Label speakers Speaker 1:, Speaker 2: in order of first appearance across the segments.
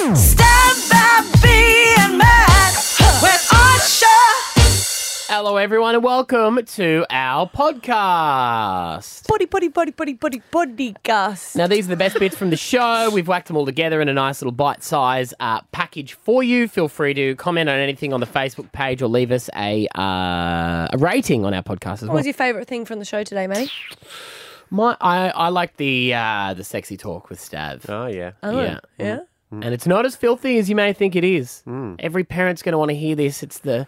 Speaker 1: Stand by being mad when Usher
Speaker 2: Hello, everyone, and welcome to our podcast.
Speaker 3: Body, body, body, body, body, body, Gus.
Speaker 2: Now, these are the best bits from the show. We've whacked them all together in a nice little bite size uh, package for you. Feel free to comment on anything on the Facebook page or leave us a, uh, a rating on our podcast as
Speaker 3: What
Speaker 2: well.
Speaker 3: was your favourite thing from the show today, mate?
Speaker 2: My, I, I like the uh, the sexy talk with Stav.
Speaker 4: Oh yeah. Mm.
Speaker 2: yeah.
Speaker 3: Yeah.
Speaker 2: And it's not as filthy as you may think it is. Every parent's going to want to hear this. It's the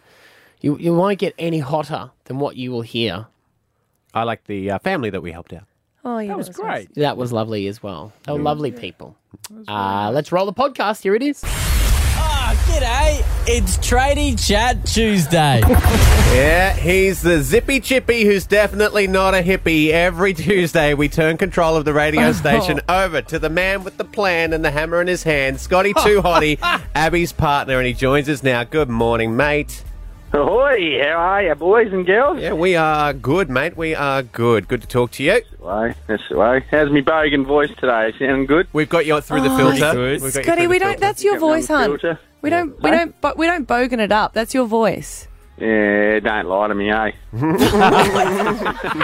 Speaker 2: you, you won't get any hotter than what you will hear.
Speaker 4: I like the uh, family that we helped out. Mm.
Speaker 3: Oh, yeah. That
Speaker 4: was great.
Speaker 2: That was lovely as well. They were lovely people. Uh, let's roll the podcast. Here it is.
Speaker 5: Ah, G'day, it's Tradie Chat Tuesday.
Speaker 4: Yeah, he's the zippy chippy who's definitely not a hippie. Every Tuesday, we turn control of the
Speaker 5: Oh.
Speaker 4: radio station over to the man with the plan and the hammer in his hand, Scotty Too Hottie, Abby's partner, and he joins us now. Good morning, mate.
Speaker 6: Ahoy, how are you, boys and girls?
Speaker 4: Yeah, we are good, mate. We are good. Good to talk to you.
Speaker 6: Way, that's the way. How's me bogan voice today? Sounding good?
Speaker 4: We've got you through the filter. We've got you through
Speaker 3: Oh, Scotty,
Speaker 4: the
Speaker 3: we don't.
Speaker 4: filter.
Speaker 3: That's your voice, hun.
Speaker 6: Filter?
Speaker 3: We don't. We
Speaker 6: Mate?
Speaker 3: don't. But we don't bogan it up. That's your voice.
Speaker 6: Yeah, don't lie to me, eh?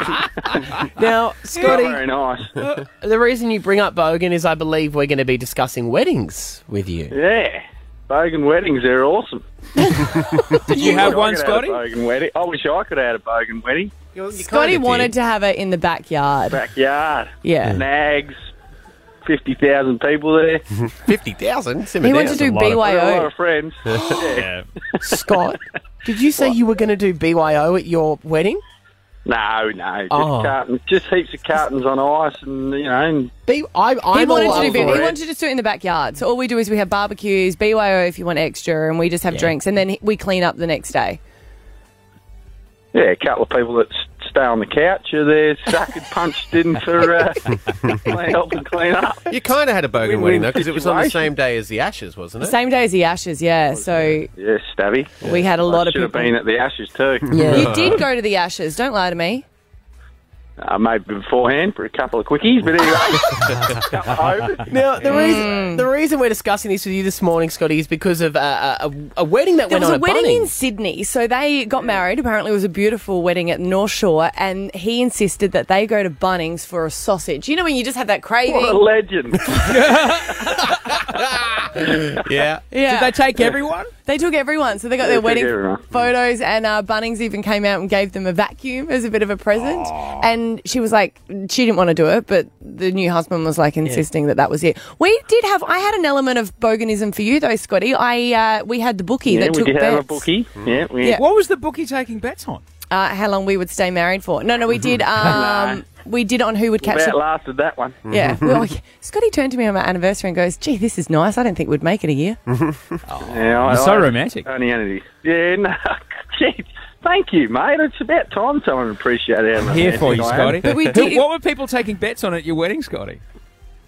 Speaker 2: Now,
Speaker 6: Not
Speaker 2: Scotty,
Speaker 6: very nice.
Speaker 2: the reason you bring up Bogan is I believe we're going to be discussing weddings with you.
Speaker 6: yeah, bogan weddings, they're awesome. Did you
Speaker 5: have one, Scotty?
Speaker 6: Bogan wedding. I wish I could have had a bogan wedding.
Speaker 4: You kinda
Speaker 3: Scotty
Speaker 4: did.
Speaker 3: wanted to have it in the backyard.
Speaker 6: Backyard,
Speaker 3: Yeah.
Speaker 6: nags, 50,000 people there.
Speaker 4: 50,000.
Speaker 3: He wanted to do
Speaker 6: Got a lot
Speaker 3: BYO.
Speaker 6: of friends. yeah.
Speaker 2: Scott, did you say you were going to do BYO at your wedding?
Speaker 6: No, no, just,
Speaker 2: Oh.
Speaker 6: cartons, just heaps of cartons on ice and, you know, and
Speaker 2: B- I, I'm
Speaker 3: He
Speaker 2: all
Speaker 3: wanted to
Speaker 2: up
Speaker 3: do.
Speaker 2: for
Speaker 3: He
Speaker 2: it.
Speaker 3: wanted to just do it in the backyard. So all we do is we have barbecues, BYO if you want extra, and we just have drinks, and then he- we clean up the next day.
Speaker 6: Yeah, a couple of people that s- stay on the couch are there, suckered punched in for uh, helping clean up.
Speaker 4: You kind of had a bogan
Speaker 6: Win-win
Speaker 4: wedding, though, because it was on the
Speaker 6: situation.
Speaker 4: same day as the ashes, wasn't it?
Speaker 3: Same day as the ashes, yeah. So
Speaker 6: Yes, Stabby.
Speaker 3: we had a lot of
Speaker 6: Should have
Speaker 3: people.
Speaker 6: been at the Ashes too.
Speaker 3: You did go to the ashes. Don't lie to me.
Speaker 6: Uh, maybe beforehand for a couple of quickies, but anyway. Couple over.
Speaker 2: Now,
Speaker 3: Mm.
Speaker 2: the reason the reason we're discussing this with you this morning, Scotty, is because of uh, a, a, a wedding that
Speaker 3: There
Speaker 2: went
Speaker 3: was
Speaker 2: on
Speaker 3: a
Speaker 2: at
Speaker 3: wedding
Speaker 2: Bunnings.
Speaker 3: in Sydney, so they got married. Apparently, it was a beautiful wedding at North Shore, and he insisted that they go to Bunnings for a sausage. You know when you just have that craving?
Speaker 6: What a legend.
Speaker 4: Yeah.
Speaker 3: yeah, they,
Speaker 5: take everyone?
Speaker 3: took everyone, so they got their
Speaker 6: took
Speaker 3: wedding
Speaker 6: everyone.
Speaker 3: photos, and uh, Bunnings even came out and gave them a vacuum as a bit of a present. And she was like, she didn't want to do it, but the new husband was like insisting that that was it. We did have, I had an element of boganism for you though, Scotty. I uh, we had the bookie
Speaker 6: Yeah,
Speaker 3: that
Speaker 6: we
Speaker 3: took
Speaker 6: did have a
Speaker 3: bets.
Speaker 6: bookie.
Speaker 5: Hmm.
Speaker 6: Yeah, we
Speaker 3: Yeah.
Speaker 5: What was the bookie taking bets on?
Speaker 3: uh, how long we would stay married for. No, no, we did. Um, We did on who would catch
Speaker 6: about
Speaker 3: the.
Speaker 6: lasted that one.
Speaker 3: Yeah. Well, yeah. Scotty turned to me on my anniversary and goes, "Gee, this is nice. I didn't think we'd make it a year."
Speaker 6: Yeah, I,
Speaker 5: You're so
Speaker 6: I-
Speaker 5: romantic.
Speaker 6: Only entity. Yeah, no. Gee, Thank you, mate. It's about time someone appreciated how
Speaker 5: Here for you,
Speaker 6: romantic I am.
Speaker 5: Scotty.
Speaker 3: But we
Speaker 5: Who-
Speaker 3: did-
Speaker 5: What were people taking bets on at your wedding, Scotty?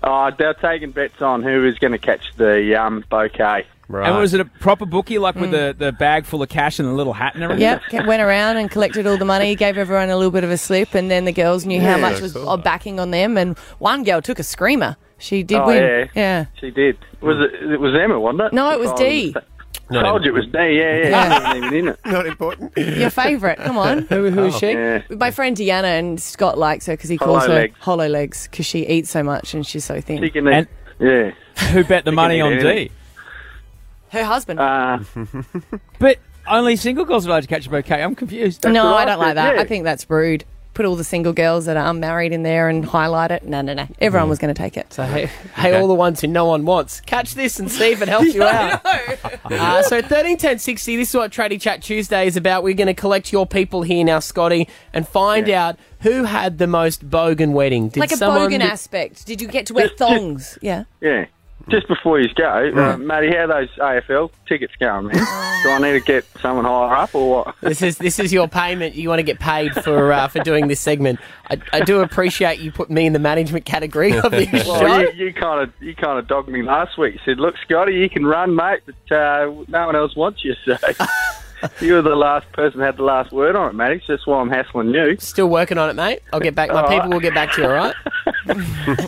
Speaker 6: Oh, they're taking bets on who is going to catch the um, bouquet.
Speaker 4: Right. Hmm.
Speaker 5: And was it a proper bookie, like with the, the bag full of cash and the little hat and everything?
Speaker 3: Yep. ca- Went around and collected all the money, gave everyone a little bit of a slip, and then the girls knew how
Speaker 4: Yeah,
Speaker 3: much was
Speaker 4: cool.
Speaker 3: uh, backing on them. And one girl took a screamer. She did
Speaker 6: Oh,
Speaker 3: win.
Speaker 6: yeah.
Speaker 3: yeah.
Speaker 6: She did. Was it? It was Emma, wasn't it?
Speaker 3: No, it was
Speaker 6: Oh,
Speaker 3: D.
Speaker 4: Not
Speaker 6: Told you it was D. Yeah, yeah.
Speaker 3: Yeah.
Speaker 6: She wasn't even in it.
Speaker 4: Not important.
Speaker 3: Your favourite. Come on.
Speaker 2: Who, who is she?
Speaker 6: Yeah.
Speaker 3: My friend Deanna and Scott likes her because he calls
Speaker 6: Hollow
Speaker 3: her
Speaker 6: legs.
Speaker 3: hollow legs because she eats so much and she's so
Speaker 6: She
Speaker 3: thin.
Speaker 6: can eat-
Speaker 5: And-
Speaker 6: yeah.
Speaker 5: Who bet the money
Speaker 6: need
Speaker 5: on D?
Speaker 6: anything.
Speaker 3: Her husband.
Speaker 6: Uh,
Speaker 5: But only single girls are allowed to catch a bouquet. I'm confused.
Speaker 3: No,
Speaker 6: what
Speaker 3: I
Speaker 6: I
Speaker 3: don't
Speaker 6: said,
Speaker 3: like that.
Speaker 6: yeah.
Speaker 3: I think that's rude. Put all the single girls that are unmarried in there and highlight it. No, no, no. Everyone was going to take it.
Speaker 2: So, hey, hey all the ones who no one wants, catch this and see if it helps you out. uh, so, 13, 10, 60, this is what Tradie Chat Tuesday is about. We're going to collect your people here now, Scotty, and find out who had the most bogan wedding. Did
Speaker 3: Like a
Speaker 2: someone
Speaker 3: bogan
Speaker 2: that-
Speaker 3: aspect. Did you get to wear thongs? Yeah.
Speaker 6: yeah. Just before you go, uh, Matty, how are those AFL tickets going, man? Do I need to get someone higher up or what?
Speaker 2: This is this is your payment. You want to get paid for uh, for doing this segment. I, I do appreciate you put me in the management category of this
Speaker 6: Well,
Speaker 2: show.
Speaker 6: you, you kind of you kind of dogged me last week. You said, "Look, Scotty, you can run, mate, but uh, no one else wants you." So you were the last person that had the last word on it, Matty. so That's why I'm hassling you.
Speaker 2: Still working on it, mate. I'll get back. My people will get back to you. All right.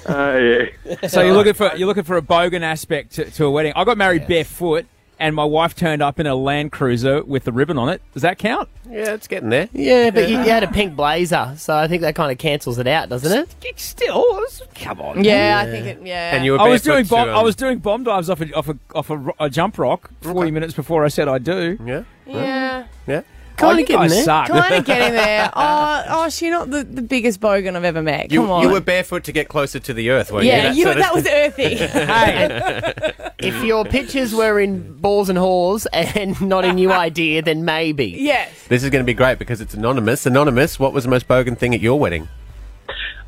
Speaker 6: Oh, yeah.
Speaker 5: So you're looking for you're looking for a bogan aspect to, to a wedding. I got married barefoot, and my wife turned up in a Land Cruiser with the ribbon on it. Does that count?
Speaker 4: Yeah, it's getting there.
Speaker 2: Yeah, but you, you had a pink blazer, so I think that kind of cancels it out, doesn't it?
Speaker 5: Still, come on.
Speaker 3: Yeah, I think it. Yeah.
Speaker 4: And you were
Speaker 5: I was
Speaker 4: barefoot
Speaker 5: doing bomb,
Speaker 4: too,
Speaker 5: I was doing bomb dives off a, off a, off a, ro- a jump rock forty minutes before I said I do.
Speaker 4: Yeah,
Speaker 3: yeah.
Speaker 4: yeah.
Speaker 5: Oh,
Speaker 2: Kind
Speaker 5: you
Speaker 2: of getting
Speaker 5: guys
Speaker 2: there.
Speaker 5: suck.
Speaker 3: Kind of getting there. Oh, oh, she's not the, the biggest bogan I've ever met.
Speaker 4: You,
Speaker 3: Come on.
Speaker 4: you were barefoot to get closer to the earth, weren't you?
Speaker 3: yeah, you,
Speaker 4: sort of-
Speaker 3: that was earthy.
Speaker 5: Hey,
Speaker 2: If your pictures were in balls and whores and not a new idea, then maybe.
Speaker 3: yes.
Speaker 4: This is going to be great because it's anonymous. Anonymous, what was the most bogan thing at your wedding?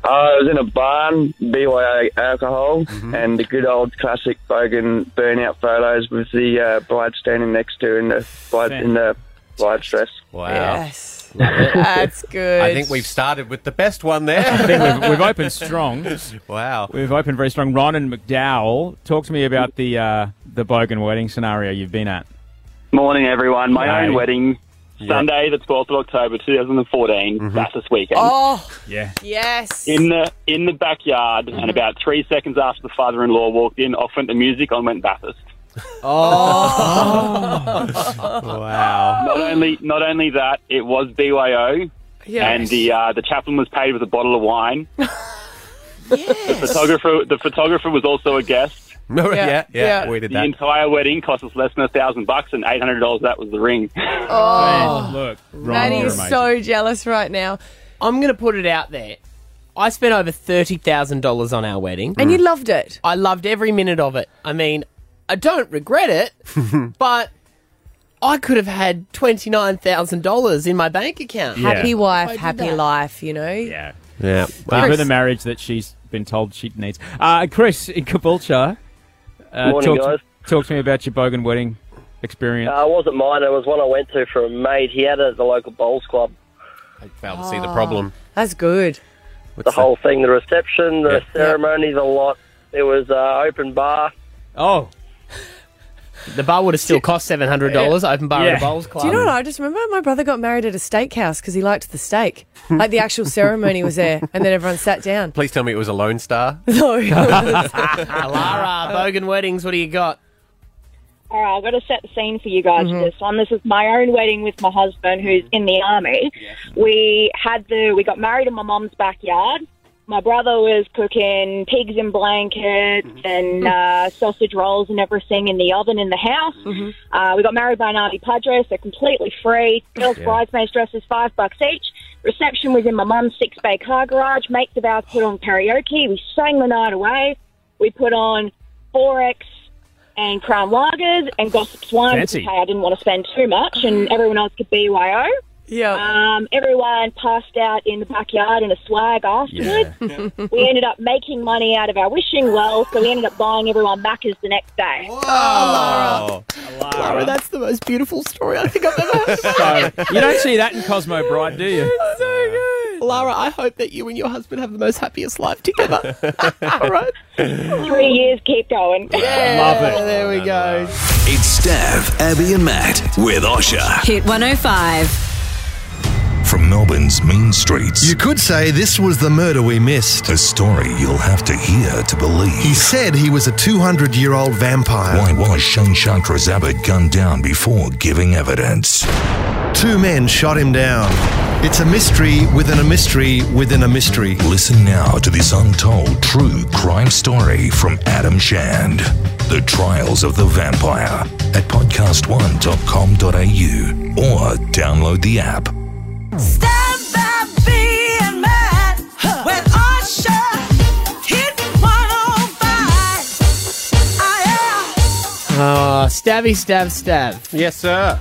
Speaker 6: I was in a barn, BYO alcohol, and the good old classic bogan burnout photos with the uh, bride standing next to in the bride in the bride's dress.
Speaker 4: Wow.
Speaker 3: Yes. That's good.
Speaker 4: I think we've started with the best one there.
Speaker 5: I think we've, we've opened strong.
Speaker 4: wow.
Speaker 5: We've opened very strong. Ron and McDowell, talk to me about the uh, the bogan wedding scenario you've been at.
Speaker 7: Morning, everyone. My
Speaker 5: Hey.
Speaker 7: own wedding, Sunday, the 12th of October, 2014,
Speaker 4: Mm-hmm.
Speaker 7: that's this weekend.
Speaker 3: Oh,
Speaker 5: Yeah.
Speaker 3: yes.
Speaker 7: In the in the backyard,
Speaker 4: Mm-hmm.
Speaker 7: and about three seconds after the father-in-law walked in, off went the music, on went Bathurst.
Speaker 3: Oh.
Speaker 4: Wow.
Speaker 7: Not only not only that, it was BYO, and the uh, the chaplain was paid with a bottle of wine. The photographer the photographer was also a guest.
Speaker 4: yeah, yeah,
Speaker 3: yeah.
Speaker 4: we did
Speaker 7: The
Speaker 4: that.
Speaker 7: entire wedding cost us less than a thousand bucks, and eight hundred dollars. That was the ring.
Speaker 2: Oh.
Speaker 5: Man, look, Ron,
Speaker 3: That
Speaker 5: you're
Speaker 3: Oh, is
Speaker 5: amazing.
Speaker 3: so jealous right now.
Speaker 2: I'm going to put it out there. I spent over $30,000 on our wedding.
Speaker 3: And you loved it.
Speaker 2: I loved every minute of it. I mean, I don't regret it, but I could have had $29,000 in my bank account.
Speaker 5: Yeah.
Speaker 3: Happy wife, happy
Speaker 2: that.
Speaker 3: life, you know?
Speaker 5: Yeah.
Speaker 4: Yeah. Wow.
Speaker 5: Give her the marriage that she's been told she needs. Uh, Chris in Caboolture. Uh,
Speaker 8: Morning,
Speaker 5: talk,
Speaker 8: guys.
Speaker 5: talk to me about your Bogan wedding experience.
Speaker 8: Uh, it wasn't mine. It was one I went to for a mate. He had it at the local bowls club.
Speaker 4: I failed to see the problem.
Speaker 3: Oh, That's good.
Speaker 8: The whole thing, the reception, the
Speaker 4: Yeah.
Speaker 8: ceremony, the lot. It was uh, open bar.
Speaker 5: oh,
Speaker 2: The bar would have still cost $700, open bar at
Speaker 5: Yeah.
Speaker 2: a bowls club.
Speaker 3: Do you know what I just remember? My brother got married at a steakhouse because he liked the steak. Like the actual ceremony was there, and then everyone sat down.
Speaker 4: Please tell me it was a Lone Star.
Speaker 3: No, it was-
Speaker 2: Alara, Bogan Weddings, what do you got?
Speaker 9: All right, I've got to set the scene for you guys for this one. This is my own wedding with my husband, who's in the army. We had the we got married in my mum's backyard. My brother was cooking pigs in blankets and uh, sausage rolls and everything in the oven in the house. Uh, we got married by an army padre, so completely free. Girls' bridesmaids dresses five bucks each. Reception was in my mum's six bay car garage. Mates of ours put on karaoke. We sang the night away. We put on Forex and Crown Lagers and Gossip's Wine.
Speaker 5: Fancy.
Speaker 9: because, Hey, I didn't want to spend too much, and everyone else could BYO.
Speaker 3: yeah.
Speaker 9: Um, everyone passed out in the backyard in a swag afterwards.
Speaker 5: yeah.
Speaker 9: We ended up making money out of our wishing well, so we ended up buying everyone Macca's the next day.
Speaker 4: Oh,
Speaker 2: Alara, that's the most beautiful story I think I've ever heard.
Speaker 5: so, you don't see that in Cosmo Bride, do you?
Speaker 2: Lara, I hope that you and your husband have the most happiest life together. All right.
Speaker 9: Three years, keep going.
Speaker 5: Love it.
Speaker 2: There we go.
Speaker 10: It's Stav, Abby, and Matt with Osha
Speaker 11: Hit 105.
Speaker 10: from Melbourne's mean streets.
Speaker 12: You could say this was the murder we missed.
Speaker 10: a story you'll have to hear to
Speaker 12: He
Speaker 10: believe.
Speaker 12: said he was a 200 year old vampire.
Speaker 10: Why was Shane Chakra's Abbott gunned down before giving evidence?
Speaker 12: Two men shot him down. It's a mystery within a mystery within a mystery.
Speaker 10: Listen now to this untold true crime story from Adam Shand. The Trials of the Vampire at podcast1.com.au or download the app.
Speaker 1: Stand by being mad when Usher hit 105. I am.
Speaker 2: Uh, stabby, stab, stab.
Speaker 4: Yes, sir.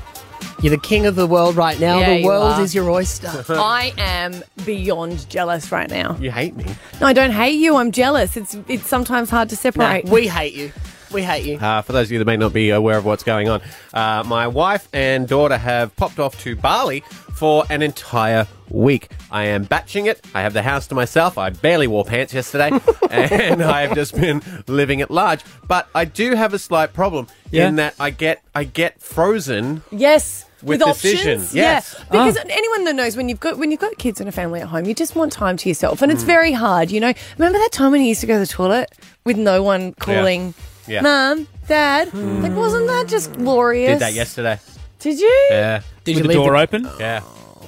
Speaker 2: You're the king of the world right now.
Speaker 3: Yeah,
Speaker 2: the
Speaker 3: you
Speaker 2: world
Speaker 3: are.
Speaker 2: is your oyster.
Speaker 3: I am beyond jealous right now.
Speaker 4: You hate me.
Speaker 3: No, I don't hate you. I'm jealous. It's it's sometimes hard to separate.
Speaker 2: We hate you. We hate you.
Speaker 4: Uh, for those of you that may not be aware of what's going on, uh, my wife and daughter have popped off to Bali for an entire week. I am batching it. I have the house to myself. I barely wore pants yesterday, and I have just been living at large. But I do have a slight problem
Speaker 5: Yeah.
Speaker 4: in that I get I get frozen
Speaker 3: yes.
Speaker 4: With decision,
Speaker 3: options.
Speaker 4: yes. Ah.
Speaker 3: Yeah, because anyone that knows when you've got when you've got kids and a family at home, you just want time to yourself, and it's
Speaker 4: Mm.
Speaker 3: very hard. You know, remember that time when you used to go to the toilet with no one calling,
Speaker 4: Yeah. Hmm.
Speaker 3: mum, dad? Like, wasn't that just
Speaker 4: Did
Speaker 3: glorious?
Speaker 4: that yesterday. Uh,
Speaker 3: Did you?
Speaker 4: Yeah.
Speaker 3: Did With you the leave door the-
Speaker 5: open?
Speaker 4: Yeah.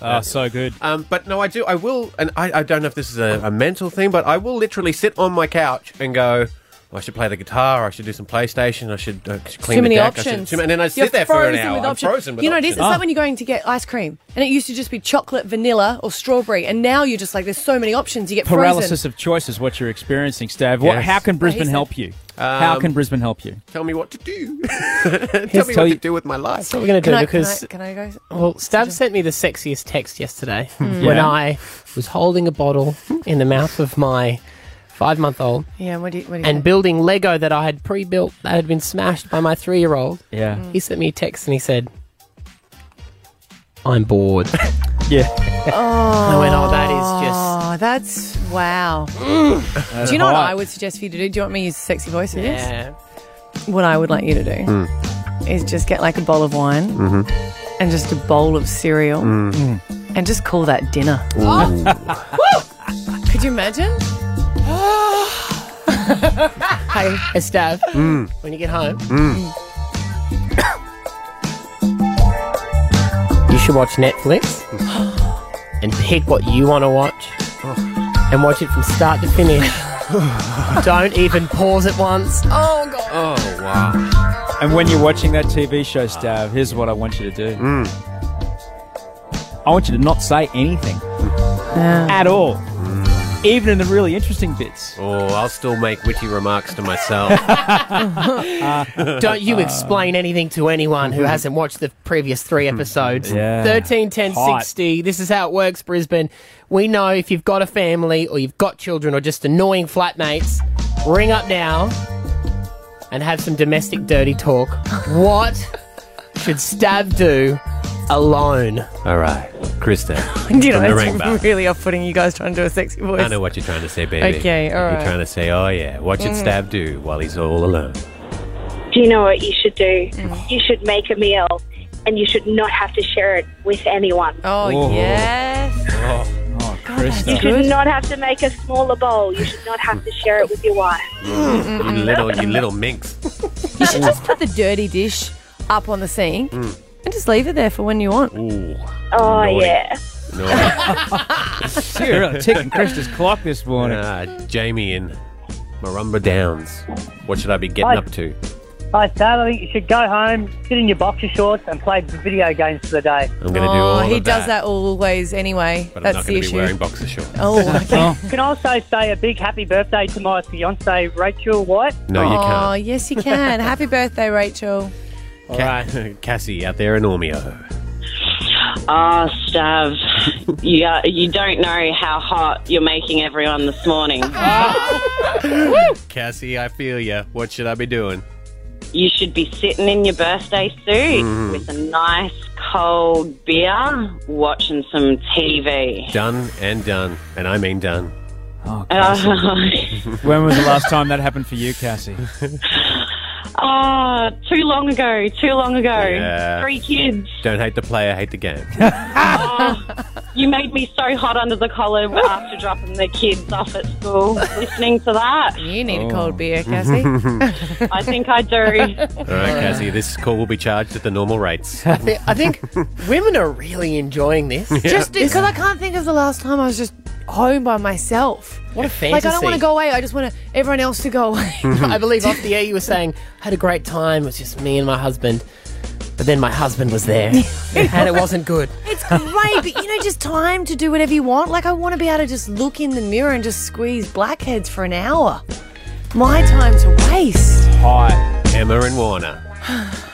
Speaker 5: Oh, so good.
Speaker 4: Um, but no, I do. I will, and I, I don't know if this is a, a mental thing, but I will literally sit on my couch and go. I should play the guitar. I should do some PlayStation. I should, uh, clean
Speaker 3: too many
Speaker 4: the deck. I should,
Speaker 3: options.
Speaker 4: too many, and then I
Speaker 3: You're
Speaker 4: sit there for an
Speaker 3: frozen
Speaker 4: hour.
Speaker 3: with
Speaker 4: I'm
Speaker 3: options.
Speaker 4: frozen with
Speaker 3: you know, it is.
Speaker 4: options.
Speaker 3: It's like when you go in to get ice cream, and it used to just be chocolate, vanilla, or strawberry, and now you're just like, there's so many options. You get frozen.
Speaker 5: Paralysis of choice is what you're experiencing, Stav. What,
Speaker 4: Yes.
Speaker 5: How can
Speaker 4: What
Speaker 5: Brisbane
Speaker 4: he said.
Speaker 5: help you? how
Speaker 4: Um,
Speaker 5: can Brisbane help you?
Speaker 4: Tell me what to do. tell me
Speaker 2: tell
Speaker 4: what
Speaker 2: you-
Speaker 4: to do with my life.
Speaker 2: That's what we're going to do
Speaker 4: Can I- can
Speaker 2: because.
Speaker 4: I-
Speaker 3: can I go?
Speaker 2: Well, Stab sent me the sexiest text yesterday
Speaker 3: Hmm.
Speaker 2: when
Speaker 3: Yeah.
Speaker 2: I was holding a bottle in the mouth of my five month old
Speaker 3: yeah, what do you, what do you
Speaker 2: and
Speaker 3: get?
Speaker 2: building Lego that I had pre built that had been smashed by my three year old.
Speaker 5: Yeah. Mm.
Speaker 2: He sent me a text and he said, I'm bored.
Speaker 5: yeah.
Speaker 3: Oh,
Speaker 2: I went, oh, that is just.
Speaker 3: that's wow.
Speaker 2: That's
Speaker 3: do you know what
Speaker 2: hot.
Speaker 3: I would suggest for you to do? Do you want me to use sexy voice for this?
Speaker 2: Yeah.
Speaker 3: What I would like you to do
Speaker 1: Hmm.
Speaker 3: is just get like a bowl of wine and just a bowl of cereal and just call that dinner. Could you imagine?
Speaker 2: hey, Estelle, when you get home, you should watch Netflix and pick what you want to watch and watch it from start to finish. Don't even pause it once.
Speaker 3: Oh, God.
Speaker 5: Oh, wow. And when you're watching that TV show, Stav, here's what I want you to do. I want you to not say anything at all, even in the really interesting bits.
Speaker 4: Oh, I'll still make witty remarks to myself.
Speaker 5: Ah.
Speaker 2: Don't
Speaker 4: Um,
Speaker 2: you explain anything to anyone who hasn't watched the previous three episodes.
Speaker 4: Yeah.
Speaker 2: 13, 10,
Speaker 4: Hot.
Speaker 2: 60. This is how it works, Brisbane. We know if you've got a family or you've got children or just annoying flatmates, ring up now and have some domestic dirty talk. what should Stab do alone?
Speaker 4: All right, Krista.
Speaker 3: you know,
Speaker 4: from the ring back.
Speaker 3: it's really off putting you guys trying to do a sexy voice.
Speaker 4: I know what you're trying to say, baby.
Speaker 3: Okay, all
Speaker 4: You're
Speaker 3: right.
Speaker 4: trying to say, oh yeah, what should
Speaker 3: Mm.
Speaker 4: Stab do while he's all alone?
Speaker 9: Do you know what you should do?
Speaker 3: Mm.
Speaker 9: You should make a meal and you should not have to share it with anyone.
Speaker 3: Oh,
Speaker 4: Whoa.
Speaker 3: yes.
Speaker 4: Oh,
Speaker 9: You should not have to make a smaller bowl. You should not have to share it with your wife.
Speaker 4: you little, you little minx.
Speaker 3: You should just put the dirty dish up on the sink
Speaker 4: Mm.
Speaker 3: and just leave it there for when you want.
Speaker 4: Ooh.
Speaker 9: Oh,
Speaker 4: Naughty.
Speaker 9: yeah.
Speaker 5: You're really ticking Krista's clock this morning.
Speaker 4: Uh, Jamie in Marumba Downs. What should I be getting
Speaker 11: Hi.
Speaker 4: up to?
Speaker 11: Hi, Dad. I think you should go home, sit in your boxer shorts, and play video games for the day.
Speaker 4: I'm going to do all
Speaker 3: Oh, he
Speaker 4: of
Speaker 3: does that always anyway.
Speaker 4: But I'm
Speaker 3: That's
Speaker 4: not
Speaker 3: the
Speaker 4: going to
Speaker 3: issue.
Speaker 4: be wearing boxer shorts.
Speaker 3: Oh, okay.
Speaker 11: Can I also say a big happy birthday to my fiance, Rachel White?
Speaker 4: No, you can't.
Speaker 3: Oh, yes, you can. Happy birthday, Rachel.
Speaker 4: All right. Cassie out there in Ormeo.
Speaker 13: Ah, Stav, you, are, you don't know how hot you're making everyone this morning.
Speaker 4: Cassie, I feel ya. What should I be doing?
Speaker 13: you should be sitting in your birthday suit
Speaker 4: Mhm.
Speaker 13: with a nice cold beer, watching some TV.
Speaker 4: Done and done. And I mean done.
Speaker 5: Oh,
Speaker 13: Cassie.
Speaker 5: when was the last time that happened for you, Cassie?
Speaker 13: Ah, too long ago, too long ago.
Speaker 4: Yeah.
Speaker 13: Three kids.
Speaker 4: Don't hate the player, hate the game.
Speaker 13: You made me so hot under the collar after dropping the kids off at school. Listening to that,
Speaker 3: you need
Speaker 4: a
Speaker 3: cold beer,
Speaker 4: Cassie.
Speaker 13: I think I do.
Speaker 4: Oh. All right, Cassie, this call will be charged at the normal rates.
Speaker 2: I, thi- I think women are really enjoying this.
Speaker 4: Yeah.
Speaker 3: Just because I can't think of the last time I was just home by myself.
Speaker 2: What a fantasy.
Speaker 3: Like I don't want to go away. I just want everyone else to go away.
Speaker 2: I believe off the air you were saying, I had a great time. It was just me and my husband. But then my husband was there. and it wasn't good.
Speaker 3: It's great, but you know, just time to do whatever you want. Like I want to be able to just look in the mirror and just squeeze blackheads for an hour. My time to waste.
Speaker 4: Hi, Emma and Warner.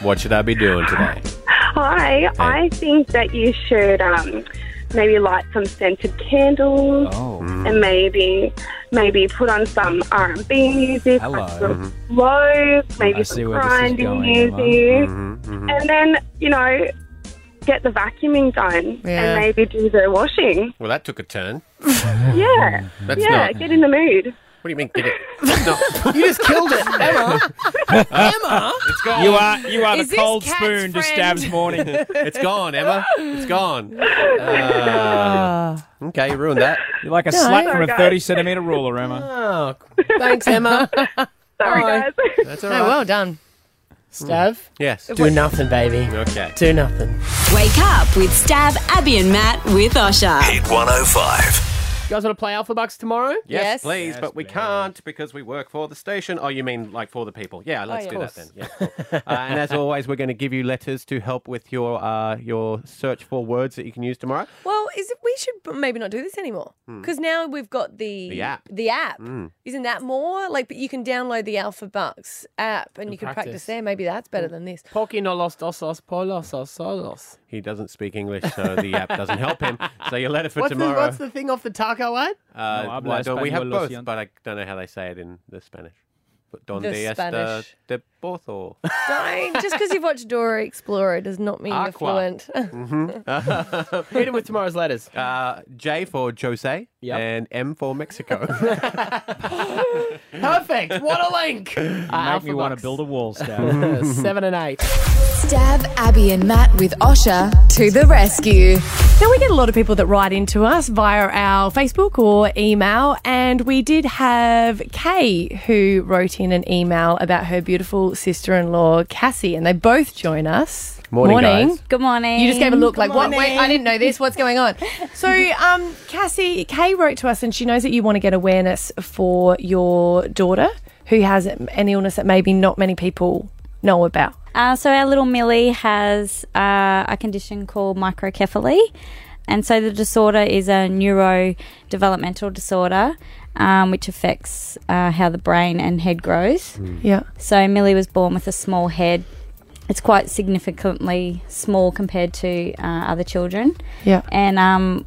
Speaker 4: What should I be doing today?
Speaker 9: Hi, I think that you should um, maybe light some scented candles
Speaker 1: Oh.
Speaker 9: and maybe maybe put on some R and B music,
Speaker 1: Hello.
Speaker 9: like some
Speaker 4: Mm-hmm.
Speaker 9: slow, maybe
Speaker 1: I see
Speaker 9: some
Speaker 1: where this is
Speaker 9: grinding
Speaker 1: going,
Speaker 9: music,
Speaker 1: Emma.
Speaker 4: Mm-hmm.
Speaker 1: Mhm, mhm.
Speaker 9: and then you know get the vacuuming done
Speaker 4: Yeah.
Speaker 9: and maybe do the washing.
Speaker 4: Well, that took a turn.
Speaker 9: yeah,
Speaker 4: That's
Speaker 9: yeah,
Speaker 4: not-
Speaker 9: get in the mood.
Speaker 4: What What do you mean? Get it? No. you just killed it, Emma.
Speaker 5: Emma?
Speaker 4: It's gone.
Speaker 5: You are- you are the Is this cold cat's spoon to Stab's friend? morning.
Speaker 4: it's gone, Emma. It's gone. Uh, okay, you ruined that.
Speaker 5: You're like a
Speaker 4: No.
Speaker 5: slap from
Speaker 4: Sorry,
Speaker 5: a
Speaker 4: guys.
Speaker 5: 30 centimeter ruler, Emma.
Speaker 2: Oh, thanks, Emma.
Speaker 9: Sorry,
Speaker 2: guys.
Speaker 4: That's
Speaker 2: all
Speaker 3: No, well done.
Speaker 2: Oh, Stav?
Speaker 4: Yes.
Speaker 2: Do nothing, baby.
Speaker 4: Okay.
Speaker 2: Do nothing.
Speaker 14: Wake up with Stab, Abby, and Matt with Osha.
Speaker 10: Hit 105.
Speaker 2: You guys want to play Alpha Bucks tomorrow?
Speaker 4: Yes, please, but we can't because we work for the station. Oh, you mean like for the people? Yeah, let's
Speaker 2: Oh, yeah.
Speaker 4: do
Speaker 2: Of
Speaker 4: that then. Yeah, cool. uh, and as always, we're going to give you letters to help with your uh, your search for words that you can use tomorrow.
Speaker 3: Well, is it we should b- maybe not do this anymore
Speaker 4: Hmm.
Speaker 3: because now we've got the
Speaker 4: The app.
Speaker 3: the app.
Speaker 4: Mm.
Speaker 3: Isn't that more like? But you can download the Alpha Bucks app and, you can practice.
Speaker 2: practice.
Speaker 3: there. Maybe that's better than this.
Speaker 2: Poki no los dosos, polos os solos.
Speaker 4: He doesn't speak English, so the app doesn't help him. So your letter for
Speaker 2: What's the,
Speaker 4: tomorrow.
Speaker 2: what's the thing off the taco ad?
Speaker 4: Uh,
Speaker 5: No, habla
Speaker 4: why don't we have
Speaker 5: español, lo
Speaker 4: both,
Speaker 5: siento.
Speaker 4: but I don't know how they say it in the Spanish. But Donde
Speaker 3: The
Speaker 4: está
Speaker 3: Spanish.
Speaker 4: de Pozo?
Speaker 3: Don't just because you've watched Dora Explorer does not mean you're fluent.
Speaker 4: mm-hmm.
Speaker 2: Hit him with tomorrow's letters.
Speaker 4: Uh, J for Jose and M for Mexico.
Speaker 2: Perfect. What a link.
Speaker 5: Make me want to build a wall, Stab.
Speaker 2: Seven and eight.
Speaker 15: Stab Abby and Matt with Osha to the rescue.
Speaker 3: Now, we get a lot of people that write into us via our Facebook or email, and we did have Kay who wrote in an email about her beautiful sister in law, Cassie, and they both join us.
Speaker 16: Morning, guys. Good morning.
Speaker 3: You just gave a look
Speaker 16: Good
Speaker 3: like, what? Wait,
Speaker 16: morning.
Speaker 3: I didn't know this. What's going on? So, um, Cassie, Kay wrote to us, and she knows that you want to get awareness for your daughter who has an illness that maybe not many people know about.
Speaker 16: Uh, so our little Millie has uh, a condition called microcephaly, and so the disorder is a neurodevelopmental disorder, um, which affects uh, how the brain and head grows.
Speaker 3: Yeah.
Speaker 16: So Millie was born with a small head. It's quite significantly small compared to uh, other children.
Speaker 3: Yeah.
Speaker 16: And um,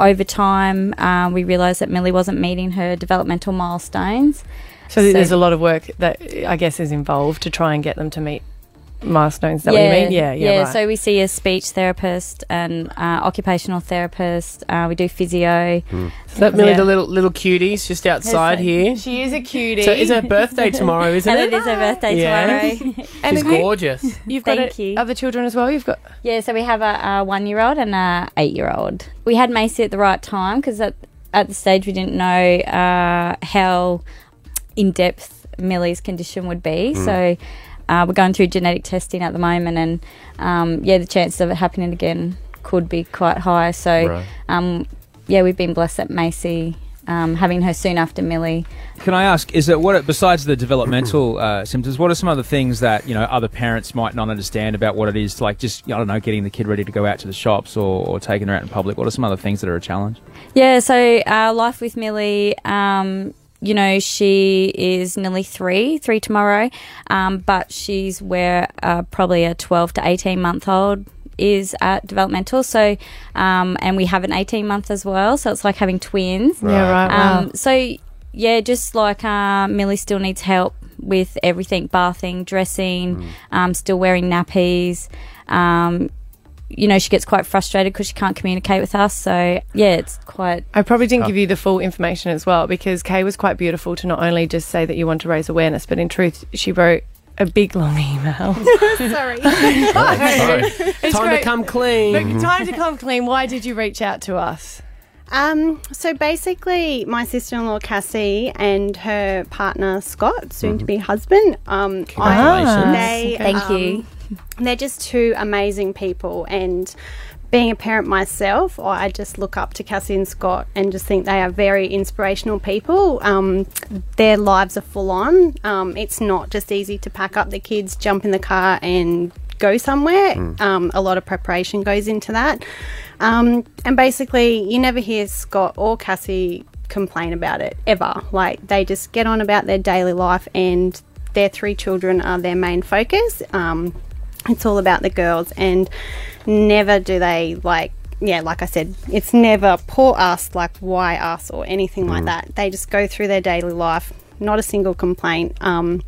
Speaker 16: over time, uh, we realised that Millie wasn't meeting her developmental milestones.
Speaker 3: So, there's a lot of work that I guess is involved to try and get them to meet milestones. Is that what you mean? Yeah, yeah. right.
Speaker 16: So we see a speech therapist and uh, occupational therapist. Uh, we do physio.
Speaker 2: Is that Millie, the little little cuties just outside here?
Speaker 3: She is a cutie.
Speaker 2: So it's her birthday tomorrow, isn't
Speaker 16: and
Speaker 2: it?
Speaker 16: it is her birthday
Speaker 2: Yeah.
Speaker 16: tomorrow.
Speaker 2: She's gorgeous.
Speaker 3: You've
Speaker 16: got
Speaker 3: Thank other children as well. You've got
Speaker 16: yeah. So we have a, a one-year-old and a eight-year-old. We had Macy at the right time because at at the stage we didn't know uh, how in depth Millie's condition would be.
Speaker 17: Mm.
Speaker 16: So. Uh, we're going through genetic testing at the moment, and um, yeah, the chances of it happening again could be quite high. So,
Speaker 5: Right.
Speaker 16: um, yeah, we've been blessed at Macy um, having her soon after Millie.
Speaker 5: Can I ask, is it what, besides the developmental uh, symptoms, what are some other things that, you know, other parents might not understand about what it is, like just, I don't know, getting the kid ready to go out to the shops or, or taking her out in public? What are some other things that are a challenge?
Speaker 16: Yeah, so uh, life with Millie. Um, you know, she is nearly three, three tomorrow, um, but she's where uh, probably a 12 to 18 month old is at developmental. So, um, and we have an 18 month as well. So it's like having twins.
Speaker 3: Yeah, right, wow.
Speaker 16: Um, so, yeah, just like uh, Millie still needs help with everything bathing, dressing,
Speaker 3: Mm.
Speaker 16: um, still wearing nappies. Um, you know, she gets quite frustrated because she can't communicate with us. So, yeah, it's quite.
Speaker 3: I probably didn't
Speaker 16: tough.
Speaker 3: give you the full information as well because Kay was quite beautiful to not only just say that you want to raise awareness, but in truth, she wrote a big long email.
Speaker 1: Mm.
Speaker 16: Sorry.
Speaker 3: It's
Speaker 2: Time
Speaker 3: great.
Speaker 2: to come clean. Mm-hmm.
Speaker 3: Look, time to come clean. Why did you reach out to us?
Speaker 17: Um, so basically, my sister in law Cassie and her partner Scott, soon to be husband, um,
Speaker 16: Congratulations. Thank
Speaker 17: um,
Speaker 16: you.
Speaker 17: They're just two amazing people, and being a parent myself, I I just look up to Cassie and Scott and just think they are very inspirational people. Um, their lives are full on. Um, it's not just easy to pack up the kids, jump in the car, and go somewhere.
Speaker 18: Mm.
Speaker 17: Um, a lot of preparation goes into that. Um, and basically, you never hear Scott or Cassie complain about it ever. Like, they just get on about their daily life, and their three children are their main focus. Um, it's all about the girls, and never do they like. Yeah, like I said, it's never poor us, like why us, or anything like
Speaker 18: Mm.
Speaker 17: that. They just go through their daily life, not a single complaint. Um,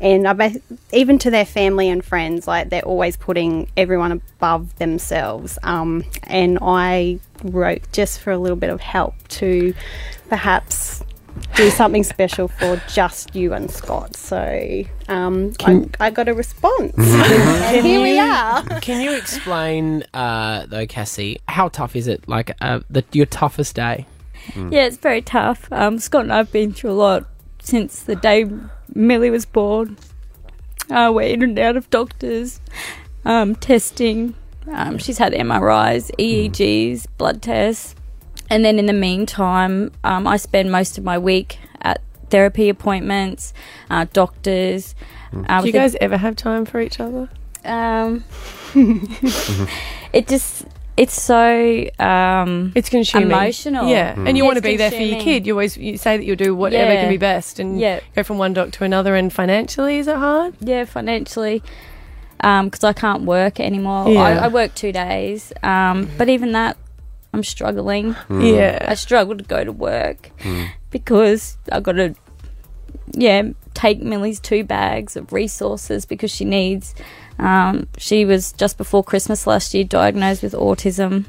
Speaker 17: and I bas- even to their family and friends, like they're always putting everyone above themselves. Um, and I wrote just for a little bit of help to perhaps do something special for just you and Scott. So um,
Speaker 2: Can- Mm-hmm.
Speaker 17: I, I got a response. and here we are.
Speaker 2: Can you explain, uh, though, Cassie, how tough is it? Like uh, the, your toughest day?
Speaker 16: Yeah, it's very tough. Um, Scott and I've been through a lot since the day Millie was born. Uh, we're in and out of doctors, um, testing. Um, she's had MRIs, EEGs, E blood tests. And then in the meantime, um, I spend most of my week at therapy appointments, uh, doctors. Uh,
Speaker 3: Do you
Speaker 16: with a-
Speaker 3: guys ever have time for each other?
Speaker 16: Um, it just it's so um
Speaker 3: it's consuming.
Speaker 16: emotional
Speaker 3: Yeah, and you
Speaker 16: Yeah,
Speaker 3: want to
Speaker 16: it's
Speaker 3: be there for your
Speaker 16: consuming.
Speaker 3: kid. You always you say that you'll do whatever
Speaker 16: Yeah.
Speaker 3: can be best, and
Speaker 16: Yeah.
Speaker 3: go from one doc to another. And financially, is it hard?
Speaker 16: Yeah, financially, because I can't work anymore.
Speaker 3: Yeah.
Speaker 16: I, I work two days, um, but even that, I'm struggling.
Speaker 3: Mm. Yeah.
Speaker 16: I struggle to go to work because I got to, yeah, take Millie's two bags of resources because she needs. Um, she was just before Christmas last year diagnosed with autism.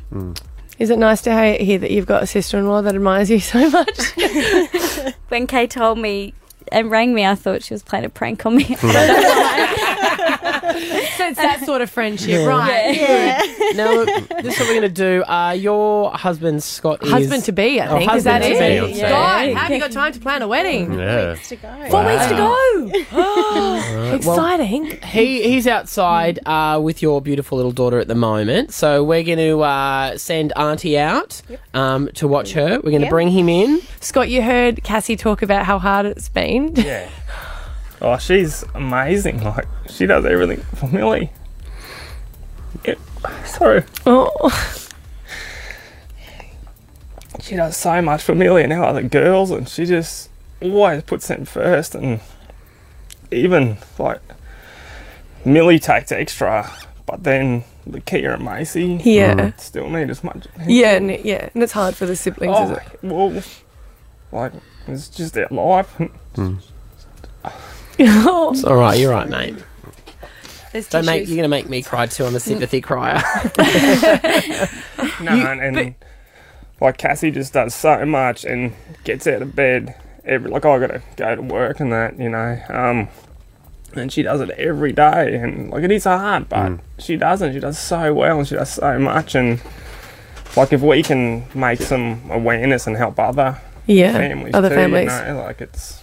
Speaker 3: Is it nice to hear hear that you've got a sister-in-law that admires you so much?
Speaker 16: When Kay told me and rang me, I thought she was playing a prank on me.
Speaker 3: so it's that sort of friendship,
Speaker 2: Yeah.
Speaker 3: right?
Speaker 2: Yeah. now, look, this is what we're going to do. Uh, your husband, Scott, is.
Speaker 3: Husband to be, I
Speaker 2: Oh,
Speaker 3: think. is that
Speaker 2: husband to be, I'd
Speaker 3: it?
Speaker 2: say.
Speaker 3: God, have you got time to plan a wedding?
Speaker 2: Yeah.
Speaker 3: Four
Speaker 2: Wow.
Speaker 3: weeks to go.
Speaker 2: well,
Speaker 3: Exciting.
Speaker 2: He he's outside uh, with your beautiful little daughter at the moment, so we're going to uh, send Auntie out um, to watch her. We're going to
Speaker 3: Yeah.
Speaker 2: bring him in.
Speaker 3: Scott, you heard Cassie talk about how hard it's been.
Speaker 18: Yeah. Oh, she's amazing. Like, she does everything for Millie. It, sorry.
Speaker 3: Oh.
Speaker 18: She does so much for Millie and our other girls, and she just always puts them first. And even, like, Millie takes extra, but then the Kia and Macy
Speaker 3: Yeah. Mhm.
Speaker 18: still need as much.
Speaker 3: Yeah, and, yeah, and it's hard for the siblings,
Speaker 18: Oh,
Speaker 3: is it?
Speaker 18: Well, like, it's just their life.
Speaker 2: It's all right. You're right, mate. Don't make, you're going to make me cry too. I'm a sympathy crier.
Speaker 18: No, and, and like Cassie just does so much and gets out of bed every like I gotta go to work and that, you know. Um and she does it every day and like it is hard, but she doesn't. She does so well and she does so much and like if we can make some awareness and help other
Speaker 3: Yeah,
Speaker 18: families
Speaker 3: other
Speaker 18: too,
Speaker 3: families.
Speaker 18: you know, like it's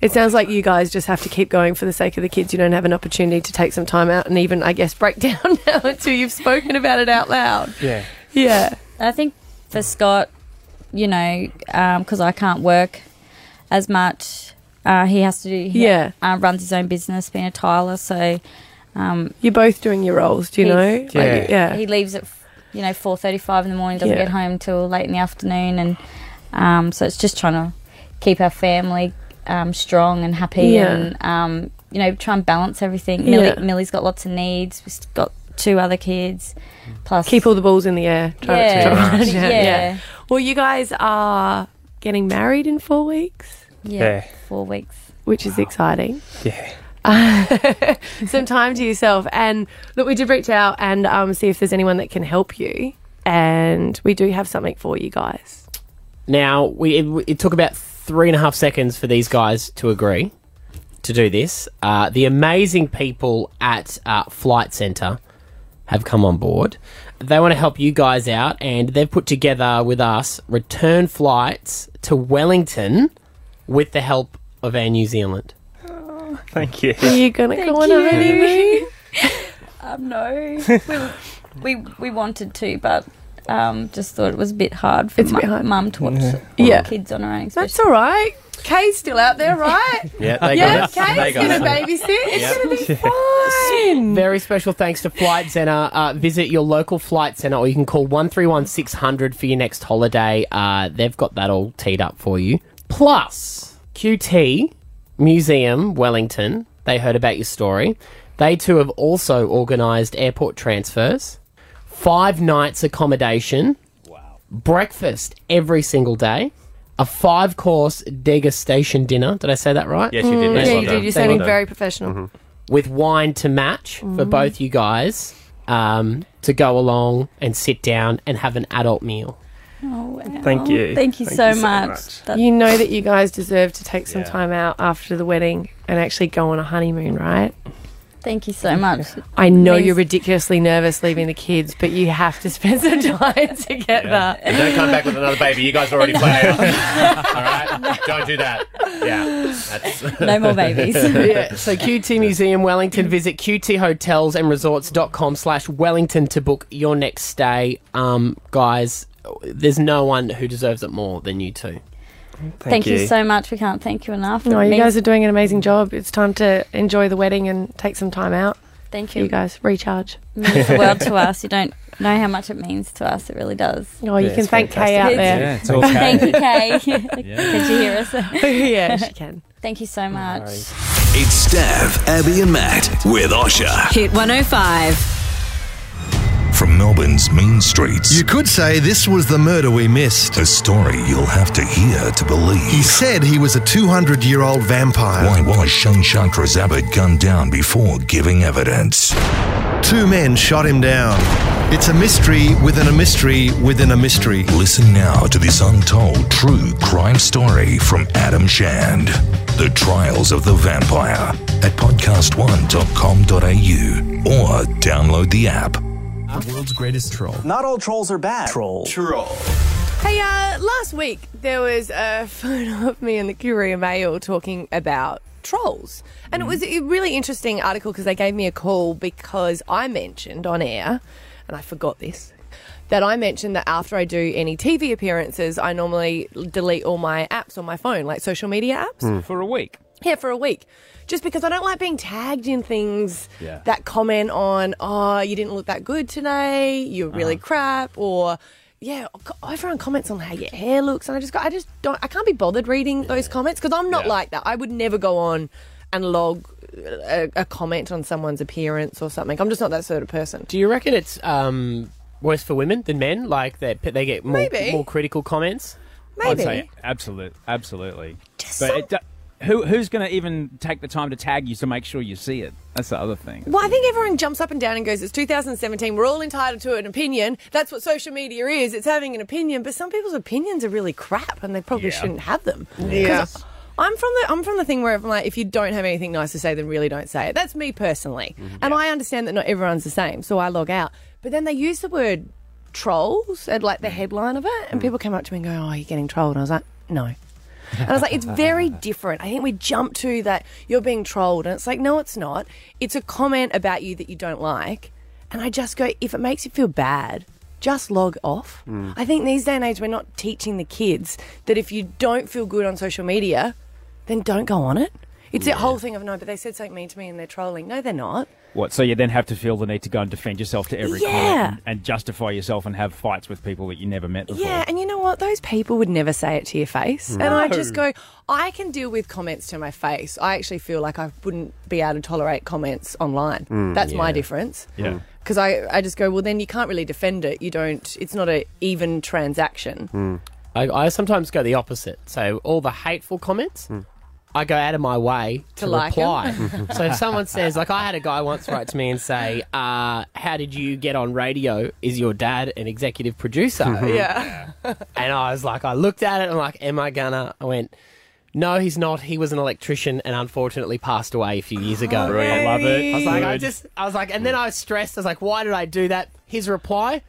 Speaker 3: It sounds like you guys just have to keep going for the sake of the kids. You don't have an opportunity to take some time out and even, I guess, break down now until you've spoken about it out loud.
Speaker 18: yeah.
Speaker 3: Yeah.
Speaker 16: I think for Scott, you know, because I can't work as much, uh, he has to do. He
Speaker 3: Yeah.
Speaker 16: uh, runs his own business, being a tiler. So um,
Speaker 3: you're both doing your roles. Do you know?
Speaker 16: he's-
Speaker 3: Like, yeah.
Speaker 16: He leaves at you know four thirty-five in the morning. Doesn't
Speaker 3: Yeah.
Speaker 16: get home till late in the afternoon, and um, so it's just trying to keep our family um, strong and happy,
Speaker 3: Yeah.
Speaker 16: and um, you know, try and balance everything.
Speaker 3: Yeah.
Speaker 16: Millie, Millie's got lots of needs. We've got two other kids, plus
Speaker 3: Keep all the balls in the air. Try not to
Speaker 16: Yeah.
Speaker 3: drop it
Speaker 16: Yeah.
Speaker 3: down. Well, you guys are getting married in four weeks.
Speaker 16: Yeah. Yeah. Four weeks.
Speaker 3: Which is exciting.
Speaker 18: Yeah.
Speaker 3: some time to yourself. And look, we did reach out and um, see if there's anyone that can help you. And we do have something for you guys.
Speaker 2: Now, we it, it took about three and a half seconds for these guys to agree to do this. Uh, the amazing people at uh, Flight Center have come on board. They want to help you guys out, and they've put together with us return flights to Wellington with the help of Air New Zealand.
Speaker 18: Thank you.
Speaker 3: Are you going to
Speaker 16: Thank
Speaker 3: go on
Speaker 16: you.
Speaker 3: a honeymoon?
Speaker 16: Um, no, we, we we wanted to, but um, just thought it was a bit hard for
Speaker 3: It's a bit
Speaker 16: mu-
Speaker 3: hard.
Speaker 16: mum to watch
Speaker 3: Yeah.
Speaker 16: all
Speaker 3: Yeah.
Speaker 16: the kids on her own.
Speaker 3: That's all right. Kay's still out there, right?
Speaker 2: Yeah, they
Speaker 3: yeah,
Speaker 2: got it.
Speaker 3: Kay's
Speaker 2: They got
Speaker 3: gonna
Speaker 2: it.
Speaker 3: babysit. It's
Speaker 2: Yep.
Speaker 3: gonna be fine.
Speaker 2: Very special thanks to Flight Centre. Uh, visit your local Flight Centre or you can call 131 600 for your next holiday. Uh, they've got that all teed up for you. Plus, QT Museum Wellington, they heard about your story. They too have also organised airport transfers, five nights accommodation, wow. breakfast every single day. A five course degustation dinner. Did I say that right?
Speaker 3: Yes, you did. Mm, Nice yeah, one you done. did. You
Speaker 2: Thank
Speaker 3: sounded very professional. Mhm.
Speaker 2: with wine to match for
Speaker 3: Mm.
Speaker 2: both you guys um, to go along and sit down and have an adult meal.
Speaker 16: Oh, wow.
Speaker 18: Thank you.
Speaker 16: Thank you
Speaker 18: Thank
Speaker 16: so
Speaker 18: you so
Speaker 16: much.
Speaker 18: much.
Speaker 16: That's-
Speaker 3: You know that you guys deserve to take some time out after the wedding and actually go on a honeymoon, right?
Speaker 16: Thank you so much.
Speaker 3: I know
Speaker 16: Means-
Speaker 3: you're ridiculously nervous leaving the kids, but you have to spend some time together.
Speaker 4: And don't come back with another baby. You guys already played. All right, don't do that. Yeah, that's-
Speaker 2: yeah. So QT Museum Wellington, visit qthotelsandresorts.com slash Wellington to book your next stay. Um, guys, there's no one who deserves it more than you two. Thank,
Speaker 16: Thank you. so much. We can't thank you enough.
Speaker 3: No,
Speaker 16: It
Speaker 3: you
Speaker 16: means-
Speaker 3: guys are doing an amazing job. It's time to enjoy the wedding and take some time out.
Speaker 16: Thank
Speaker 3: for
Speaker 16: you.
Speaker 3: You guys recharge.
Speaker 16: means the world to us. You don't know how much it means to us. It really does.
Speaker 3: Oh, you Yeah, can it's thank Kay fantastic. out there. Yeah, it's all Kay.
Speaker 16: Thank you, Kay.
Speaker 3: Yeah.
Speaker 16: Could you hear us?
Speaker 3: Yeah, she can.
Speaker 16: Thank you so much.
Speaker 10: It's Stav, Abby, and Matt with Osha.
Speaker 14: Hit 105.
Speaker 10: From Melbourne's mean streets. You could say this was the murder we missed. A story you'll have to hear to believe. He said he was a 200 year old vampire. Why was Shane Chakra's abbot gunned down before giving evidence?
Speaker 12: Two men shot him down. It's a mystery within a mystery within a mystery.
Speaker 10: Listen now to this untold true crime story from Adam Shand The Trials of the Vampire at podcast1.com.au or download the app.
Speaker 19: The world's greatest troll. Not all trolls are bad. Troll. Troll.
Speaker 3: Hey, uh, last week there was a photo of me and the Courier Mail talking about trolls. And it
Speaker 5: Mm.
Speaker 3: was a really interesting article because they gave me a call because I mentioned on air, and I forgot this, that I mentioned that after I do any TV appearances, I normally delete all my apps on my phone, like social media apps.
Speaker 5: Mm. For a week.
Speaker 3: Yeah, for a week. Just because I don't like being tagged in things
Speaker 5: Yeah.
Speaker 3: that comment on, oh, you didn't look that good today, you're really crap, or yeah, co- everyone comments on how your hair looks, and I just go, I just don't, I can't be bothered reading those comments because I'm not like that. I would never go on and log a, a comment on someone's appearance or something. I'm just not that sort of person.
Speaker 2: Do you reckon it's um, worse for women than men? Like that they get more,
Speaker 3: Maybe.
Speaker 2: more critical comments?
Speaker 5: I'd say absolute, absolutely. but it do- who, who's going to even take the time to tag you to make sure you see it? That's the other thing.
Speaker 3: Well, I think everyone jumps up and down and goes, it's 2017. We're all entitled to an opinion. That's what social media is. It's having an opinion. But some people's opinions are really crap and they probably
Speaker 2: Yeah.
Speaker 3: shouldn't have them.
Speaker 2: Yeah.
Speaker 3: 'Cause I'm from the I'm from the thing where I'm like, if you don't have anything nice to say, then really don't say it. That's me personally.
Speaker 2: Mm-hmm.
Speaker 3: And I understand that not everyone's the same. So I log out. But then they use the word trolls at like the headline of it.
Speaker 2: Mm.
Speaker 3: And people came up to me and go, oh, you're getting trolled. And I was like, no. And I was like, it's very different. I think we jump to that you're being trolled. And it's like, no, it's not. It's a comment about you that you don't like. And I just go, if it makes you feel bad, just log off.
Speaker 4: Mm.
Speaker 3: I think these day and age, we're not teaching the kids that if you don't feel good on social media, then don't go on it. It's that whole thing of no, but they said something mean to me and they're trolling. No, they're not.
Speaker 5: What? So you then have to feel the need to go and defend yourself to every
Speaker 3: Yeah.
Speaker 5: comment and, and justify yourself and have fights with people that you never
Speaker 1: Uh-huh.
Speaker 5: met before.
Speaker 3: Yeah, and you know what? Those people would never say it to your face. And I just
Speaker 5: No.
Speaker 3: go, I can deal with comments to my face. I actually feel like I wouldn't be able to tolerate comments online.
Speaker 1: Mm,
Speaker 3: That's my
Speaker 1: yeah.
Speaker 3: difference.
Speaker 1: Yeah.
Speaker 3: Because I, I just go, well, then you can't really defend it. You don't, it's not a even transaction.
Speaker 2: I, I sometimes go the opposite. So all the hateful comments, I go out of my way to,
Speaker 3: To like 'em.
Speaker 2: reply. so if someone says, like, I had a guy once write to me and say, uh, "How did you get on radio? Is your dad an executive producer?"
Speaker 4: Mm-hmm.
Speaker 1: Yeah.
Speaker 2: and I was like, I looked at it. I'm like, am I gonna? I went. No, he's not. He was an electrician and unfortunately passed away a few years ago.
Speaker 5: Oh, Brilliant. I love it.
Speaker 2: I was like, I
Speaker 5: Good.
Speaker 2: just, I was like, and then I was stressed. I was like, why did I do that? His reply,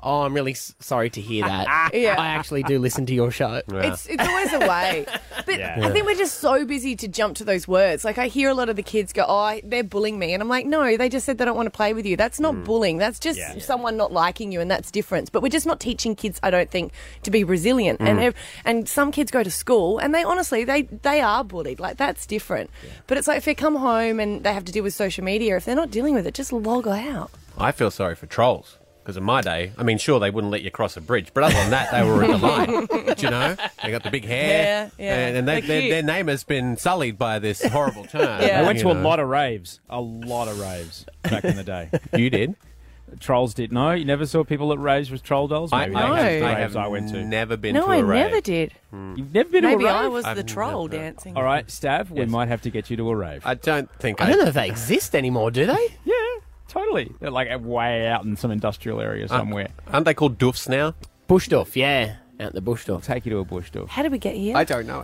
Speaker 2: oh, I'm really s- sorry to hear that.
Speaker 3: Yeah.
Speaker 2: I actually do listen to your show.
Speaker 3: It's, it's always a way. But
Speaker 2: Yeah.
Speaker 3: I think we're just so busy to jump to those words. Like, I hear a lot of the kids go, Oh, I- they're bullying me. And I'm like, No, they just said they don't want to play with you. That's not bullying. That's just
Speaker 1: Yeah.
Speaker 3: someone not liking you, and that's different. But we're just not teaching kids, I don't think, to be resilient. And
Speaker 1: Mm.
Speaker 3: ev- and some kids go to school and they honestly, they, they are bullied. Like, that's different. But it's like if they come home and they have to deal with social media, if they're not dealing with it, just log out.
Speaker 4: I feel sorry for trolls because in my day, I mean, sure they wouldn't let you cross a bridge, but other than that, they were in the line. Do you know? They got the big hair,
Speaker 5: Yeah, yeah.
Speaker 4: and, and they,
Speaker 5: They're
Speaker 4: their,
Speaker 5: cute.
Speaker 4: their name has been sullied by this horrible term.
Speaker 5: I went
Speaker 4: you
Speaker 5: to a
Speaker 4: know.
Speaker 5: lot of raves. A lot of raves back in the day.
Speaker 4: You did?
Speaker 5: Trolls did. No, you never saw people at raves with troll dolls?
Speaker 4: I-
Speaker 5: Maybe
Speaker 4: I
Speaker 5: that's
Speaker 4: have-
Speaker 5: the
Speaker 4: I
Speaker 5: raves
Speaker 4: have
Speaker 5: I went to.
Speaker 4: never been
Speaker 3: no, I never did.
Speaker 5: You've never been
Speaker 3: Maybe
Speaker 5: to a rave?
Speaker 3: I was the troll dancing.
Speaker 5: All right, Stav, we might have to get you to a rave. I
Speaker 4: don't think
Speaker 2: I don't know if they exist anymore, do they?
Speaker 5: Yeah, totally. They're like way out in some industrial area somewhere.
Speaker 4: Aren't they called doofs now?
Speaker 2: Bushdorf, yeah. Out the Bushdorf.
Speaker 5: Take you to a Bushdorf.
Speaker 3: How did we get here?
Speaker 2: I don't know.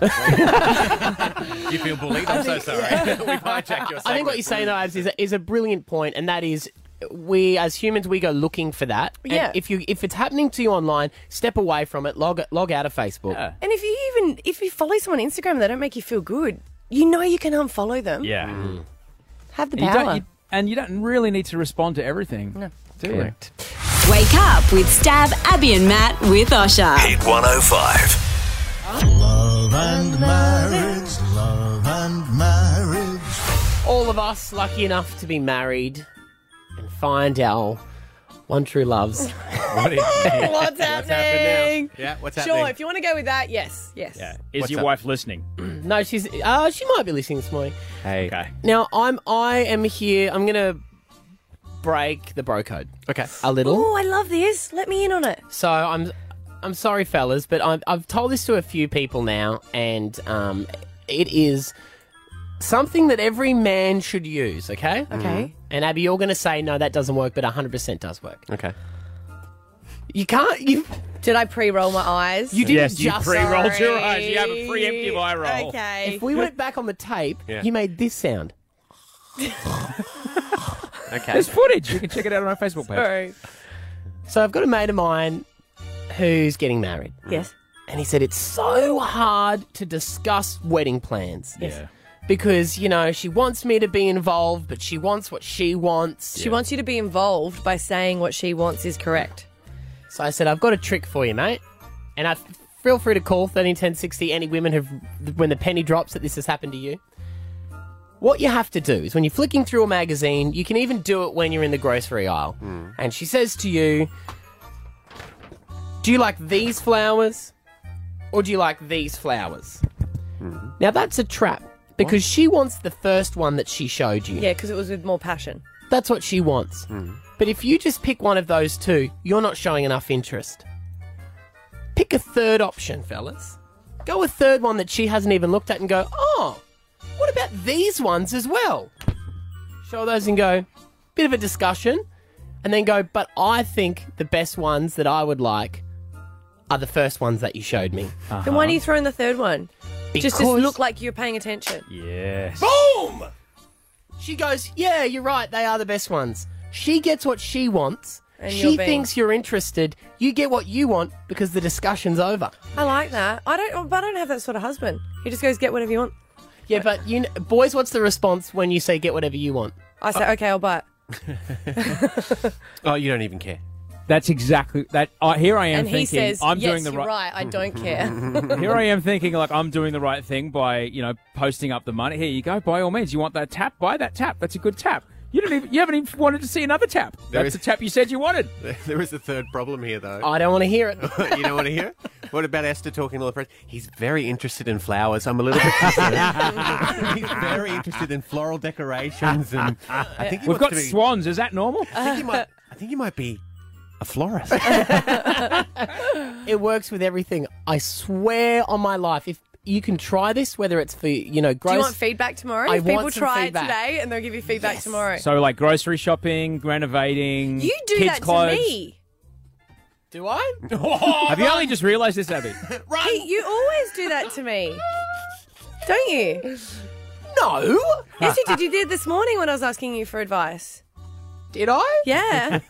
Speaker 4: you feel bullied? I'm so sorry. We've hijacked your
Speaker 2: I think what you're saying, though, Abs, is a, is a brilliant point, and that is we as humans we go looking for that. And
Speaker 3: Yeah.
Speaker 2: if you if it's happening to you online, step away from it. Log log out of Facebook.
Speaker 3: And if you even if you follow someone on Instagram, and they don't make you feel good. You know you can unfollow them.
Speaker 5: Yeah.
Speaker 4: Mm.
Speaker 3: Have the
Speaker 5: You
Speaker 3: power.
Speaker 5: don't, you, and you don't really need to respond to everything. No. Do you?
Speaker 14: Correct. Wake up with Stab, Abby and Matt with Osha.
Speaker 10: Hit 105.
Speaker 1: Love and marriage, love and marriage.
Speaker 2: All of us lucky enough to be married and find our one true loves.
Speaker 4: What is-
Speaker 3: What's happening?
Speaker 4: Yeah, what's
Speaker 3: Sure, if you want to go with that, yes, yes.
Speaker 5: Is
Speaker 2: What's
Speaker 5: your
Speaker 2: up?
Speaker 5: wife listening?
Speaker 2: No, she's uh, she might be listening this morning.
Speaker 4: Hey.
Speaker 5: Okay.
Speaker 2: Now I'm I am here. I'm gonna break the bro code.
Speaker 4: Okay.
Speaker 2: A little.
Speaker 3: Oh, I love this. Let me in on it.
Speaker 2: So I'm, I'm sorry, fellas, but I'm, I've told this to a few people now, and um, it is something that every man should use. Okay.
Speaker 3: Okay. Mm-hmm.
Speaker 2: And Abby, you're going to say no, that doesn't work, but 100% does work.
Speaker 4: Okay.
Speaker 2: You can't. You
Speaker 3: did I pre-roll my eyes?
Speaker 2: You didn't Yes, you just- pre-rolled your eyes.
Speaker 5: You have a preemptive eye roll.
Speaker 3: Okay.
Speaker 2: If we went back on the tape,
Speaker 5: Yeah.
Speaker 2: you made this sound.
Speaker 4: Okay.
Speaker 5: There's footage. You can check it out on our Facebook page.
Speaker 2: So I've got a mate of mine who's getting married.
Speaker 3: Yes.
Speaker 2: And he said it's so hard to discuss wedding plans.
Speaker 3: Yes. Yeah.
Speaker 2: Because, you know, she wants me to be involved, but she wants what she wants.
Speaker 3: She wants you to be involved by saying what she wants is correct.
Speaker 2: So I said, I've got a trick for you, mate. And I feel free to call 131060 any women who've, when the penny drops that this has happened to you. What you have to do is when you're flicking through a magazine, you can even do it when you're in the grocery aisle. And she says to you, Do you like these flowers? Or do you like these flowers? Now that's a trap because she wants the first one that she showed you.
Speaker 3: Yeah, because it was with more passion.
Speaker 2: That's what she wants. But if you just pick one of those two, you're not showing enough interest. Pick a third option, fellas. Go a third one that she hasn't even looked at and go, oh, what about these ones as well? Show those and go, bit of a discussion. And then go, but I think the best ones that I would like are the first ones that you showed me.
Speaker 3: Then
Speaker 5: Uh-huh.
Speaker 3: why do you throw in the third one? Just to
Speaker 2: Because-
Speaker 3: look like you're paying attention.
Speaker 5: Yes.
Speaker 2: Boom! She goes, Yeah, you're right, they are the best ones. She gets what she wants.
Speaker 3: And
Speaker 2: she
Speaker 3: you're being-
Speaker 2: thinks you're interested. You get what you want because the discussion's over.
Speaker 3: I like that. I don't. But I don't have that sort of husband. He just goes get whatever you want.
Speaker 2: Yeah, but you kn- boys, what's the response when you say get whatever you want?
Speaker 3: I say okay, I'll buy it.
Speaker 4: Oh, you don't even care.
Speaker 5: That's exactly that. I here I am
Speaker 3: and
Speaker 5: thinking.
Speaker 3: he says,
Speaker 5: I'm
Speaker 3: "Yes,
Speaker 5: doing the
Speaker 3: you're right.
Speaker 5: right.
Speaker 3: I don't care."
Speaker 5: Here I am thinking like I'm doing the right thing by you know posting up the money. Here you go. By all means, you want that tap? Buy that tap. That's a good tap. You don't even you haven't even wanted to see another tap.
Speaker 4: There
Speaker 5: That's
Speaker 4: is-
Speaker 5: the tap you said you wanted.
Speaker 4: There is a third problem here, though.
Speaker 2: I don't want to hear it.
Speaker 4: you don't want to hear it? What about Esther talking to the press? He's very interested in flowers. I'm a little bit concerned. He's very interested in floral decorations. And I think he wants
Speaker 5: We've got
Speaker 4: to be-
Speaker 5: swans. Is that normal?
Speaker 4: I think he might, I think he might be a florist.
Speaker 2: It works with everything. I swear on my life, if you can try this, whether it's for you know,
Speaker 3: Do
Speaker 2: gross.
Speaker 3: you want feedback tomorrow?
Speaker 2: I
Speaker 3: if people
Speaker 2: want some
Speaker 3: try
Speaker 2: feedback.
Speaker 3: it today, and they'll give you feedback tomorrow.
Speaker 5: So like grocery shopping, renovating.
Speaker 3: you do
Speaker 5: kids
Speaker 3: that
Speaker 5: clothes.
Speaker 3: to me.
Speaker 2: Do I?
Speaker 5: Have you only just realised this, Abby?
Speaker 3: Pete, you always do that to me. Don't you?
Speaker 2: No.
Speaker 3: Yes, you did. You did this morning when I was asking you for advice.
Speaker 2: Did I?
Speaker 3: Yeah.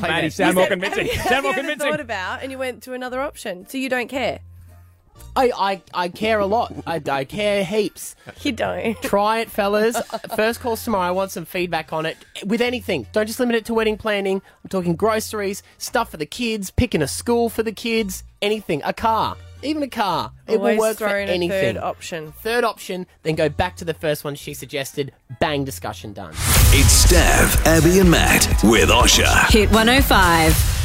Speaker 5: Maddie, sound more convincing. Sound
Speaker 3: Have you
Speaker 5: more
Speaker 3: ever
Speaker 5: convincing.
Speaker 3: thought about and you went to another option, so you don't care.
Speaker 2: I, I, I care a lot. I, I care heaps.
Speaker 3: You don't.
Speaker 2: Try it, fellas. First calls tomorrow. I want some feedback on it with anything. Don't just limit it to wedding planning. I'm talking groceries, stuff for the kids, picking a school for the kids, anything. A car, even a car. It will
Speaker 3: Always
Speaker 2: work for
Speaker 3: throw in a
Speaker 2: anything.
Speaker 3: third option.
Speaker 2: Third option. Then go back to the first one she suggested. Bang, discussion done.
Speaker 10: It's Stav, Abby, and Matt with Osha.
Speaker 14: Hit 105.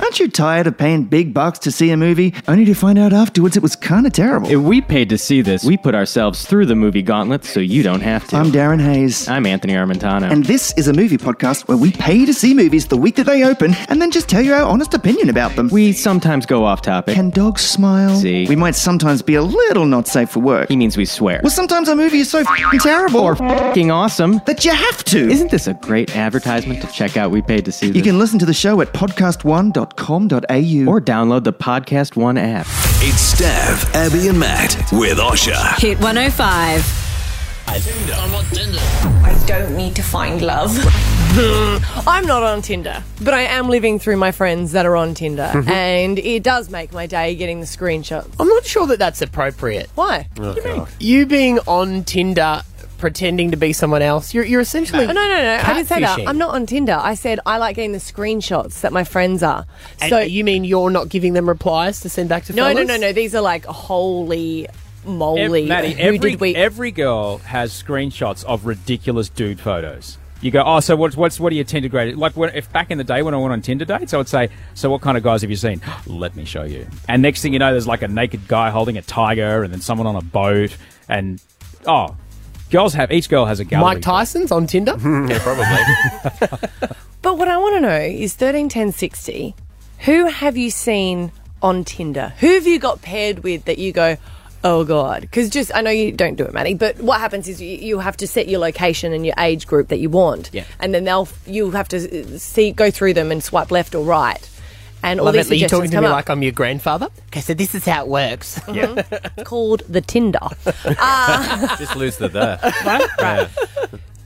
Speaker 20: Aren't you tired of paying big bucks to see a movie only to find out afterwards it was kind of terrible?
Speaker 21: If we paid to see this, we put ourselves through the movie gauntlet so you don't have to.
Speaker 20: I'm Darren Hayes.
Speaker 21: I'm Anthony Armentano.
Speaker 20: And this is a movie podcast where we pay to see movies the week that they open and then just tell you our honest opinion about them.
Speaker 21: we sometimes go off topic.
Speaker 20: Can dogs smile?
Speaker 21: See.
Speaker 20: We might sometimes be a little not safe for work.
Speaker 21: He means we swear.
Speaker 20: Well, sometimes a movie is so fing terrible or
Speaker 21: Fucking awesome.
Speaker 20: that you have to.
Speaker 21: Isn't this a great advertisement to check out We Paid to See This?
Speaker 20: You can listen to the show at podcast1.com. Australia.com.au
Speaker 21: or download the Podcast One app.
Speaker 6: It's Stav, Abby, and Matt with Osha.
Speaker 14: Hit 105.
Speaker 3: I don't need to find love. I'm not on Tinder, but I am living through my friends that are on Tinder,
Speaker 5: Mm-hmm.
Speaker 2: Mhm.
Speaker 3: and it does make my day getting the screenshots.
Speaker 2: I'm not sure that that's appropriate.
Speaker 3: Why?
Speaker 2: You being on Tinder pretending to be someone else, you're, you're essentially.
Speaker 3: Oh, No, no, no, no. I didn't say that.
Speaker 2: catfishing.
Speaker 3: I'm not on Tinder. I said I like getting the screenshots that my friends are.
Speaker 2: And
Speaker 3: So
Speaker 2: you mean you're not giving them replies to send back to
Speaker 3: no, no,
Speaker 2: fellas?
Speaker 3: no, no. These are like holy moly.
Speaker 5: Ev- Maddie,
Speaker 3: who
Speaker 5: every,
Speaker 3: did we?
Speaker 5: every girl has screenshots of ridiculous dude photos. You go, oh, so what's what's what are your Tinder grade? Like, when, if back in the day when I went on Tinder dates, I would say, so what kind of guys have you seen? Let me show you. And next thing you know, there's like a naked guy holding a tiger, and then someone on a boat, and oh, girls have each girl has a gallery.
Speaker 2: Mike Tyson's on Tinder? yeah,
Speaker 5: probably.
Speaker 3: But what I want to know is thirteen ten sixty. Who have you seen on Tinder? Who have you got paired with that you go? Oh God! Because just I know you don't do it, Maddie. But what happens is you, you have to set your location and your age group that you want, yeah. and then they'll you have to uh, see go through them and swipe left or right, and all
Speaker 2: Love it
Speaker 3: these
Speaker 2: that you're talking
Speaker 3: suggestions
Speaker 2: to
Speaker 3: come
Speaker 2: me
Speaker 3: up. Uh-huh.
Speaker 2: like I'm your grandfather. Okay, so this is how it works.
Speaker 3: called the Tinder.
Speaker 4: Just lose the there.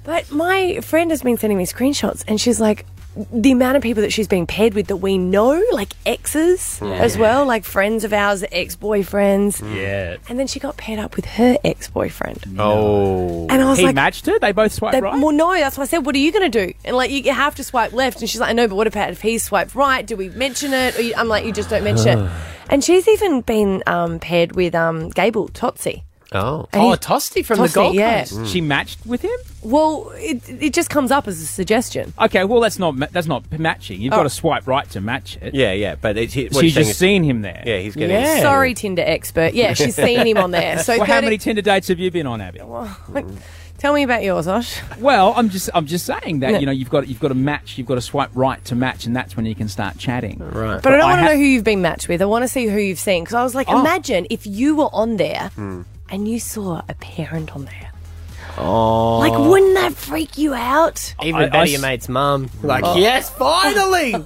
Speaker 3: But my friend has been sending me screenshots, and she's like, the amount of people that she's been paired with that we know, like exes
Speaker 22: Mm.
Speaker 3: as well, like friends of ours, ex boyfriends.
Speaker 5: Yeah.
Speaker 3: And then she got paired up with her ex boyfriend.
Speaker 5: Oh,
Speaker 3: And I was
Speaker 5: he
Speaker 3: like-
Speaker 5: matched it. They both swiped
Speaker 3: They-
Speaker 5: right.
Speaker 3: Well, no, that's why I said, what are you going to do? And like, you have to swipe left. And she's like, I know, but what about if he swiped right? Do we mention it? Or you, I'm like, you just don't mention it. And she's even been um, paired with um, Gable Totsy.
Speaker 4: Oh, Mm.
Speaker 3: And
Speaker 2: oh,
Speaker 3: he-
Speaker 2: Tosti from
Speaker 3: Tosti,
Speaker 2: the Gold
Speaker 3: yeah.
Speaker 2: Coast.
Speaker 5: She matched with him.
Speaker 3: Well, it, it just comes up as a suggestion.
Speaker 5: Okay, well that's not ma- that's not matching. You've
Speaker 3: Oh.
Speaker 5: got to swipe right to match it.
Speaker 4: Yeah, yeah, but it's, what you're
Speaker 5: she's
Speaker 4: saying
Speaker 5: just
Speaker 4: is-
Speaker 5: seen him there.
Speaker 4: Yeah, he's
Speaker 3: Sorry, Tinder expert. Yeah, she's seen him on there. So
Speaker 5: well, how
Speaker 3: 30
Speaker 5: many Tinder dates have you been on, Abby?
Speaker 3: Tell me about yours, Osh.
Speaker 5: Well, I'm just I'm just saying that
Speaker 3: No.
Speaker 5: you know you've got you've got to match, you've got to swipe right to match, and that's when you can start chatting. Right,
Speaker 3: But I don't want to know who you've been matched with. I want to see who you've seen. Because I was like,
Speaker 5: Oh.
Speaker 3: imagine if you were on there
Speaker 5: Hmm.
Speaker 3: and you saw a parent on there.
Speaker 2: Oh.
Speaker 3: Like, wouldn't that freak you out?
Speaker 2: Even better, your mate's mum. Like,
Speaker 5: Oh.
Speaker 2: yes, finally.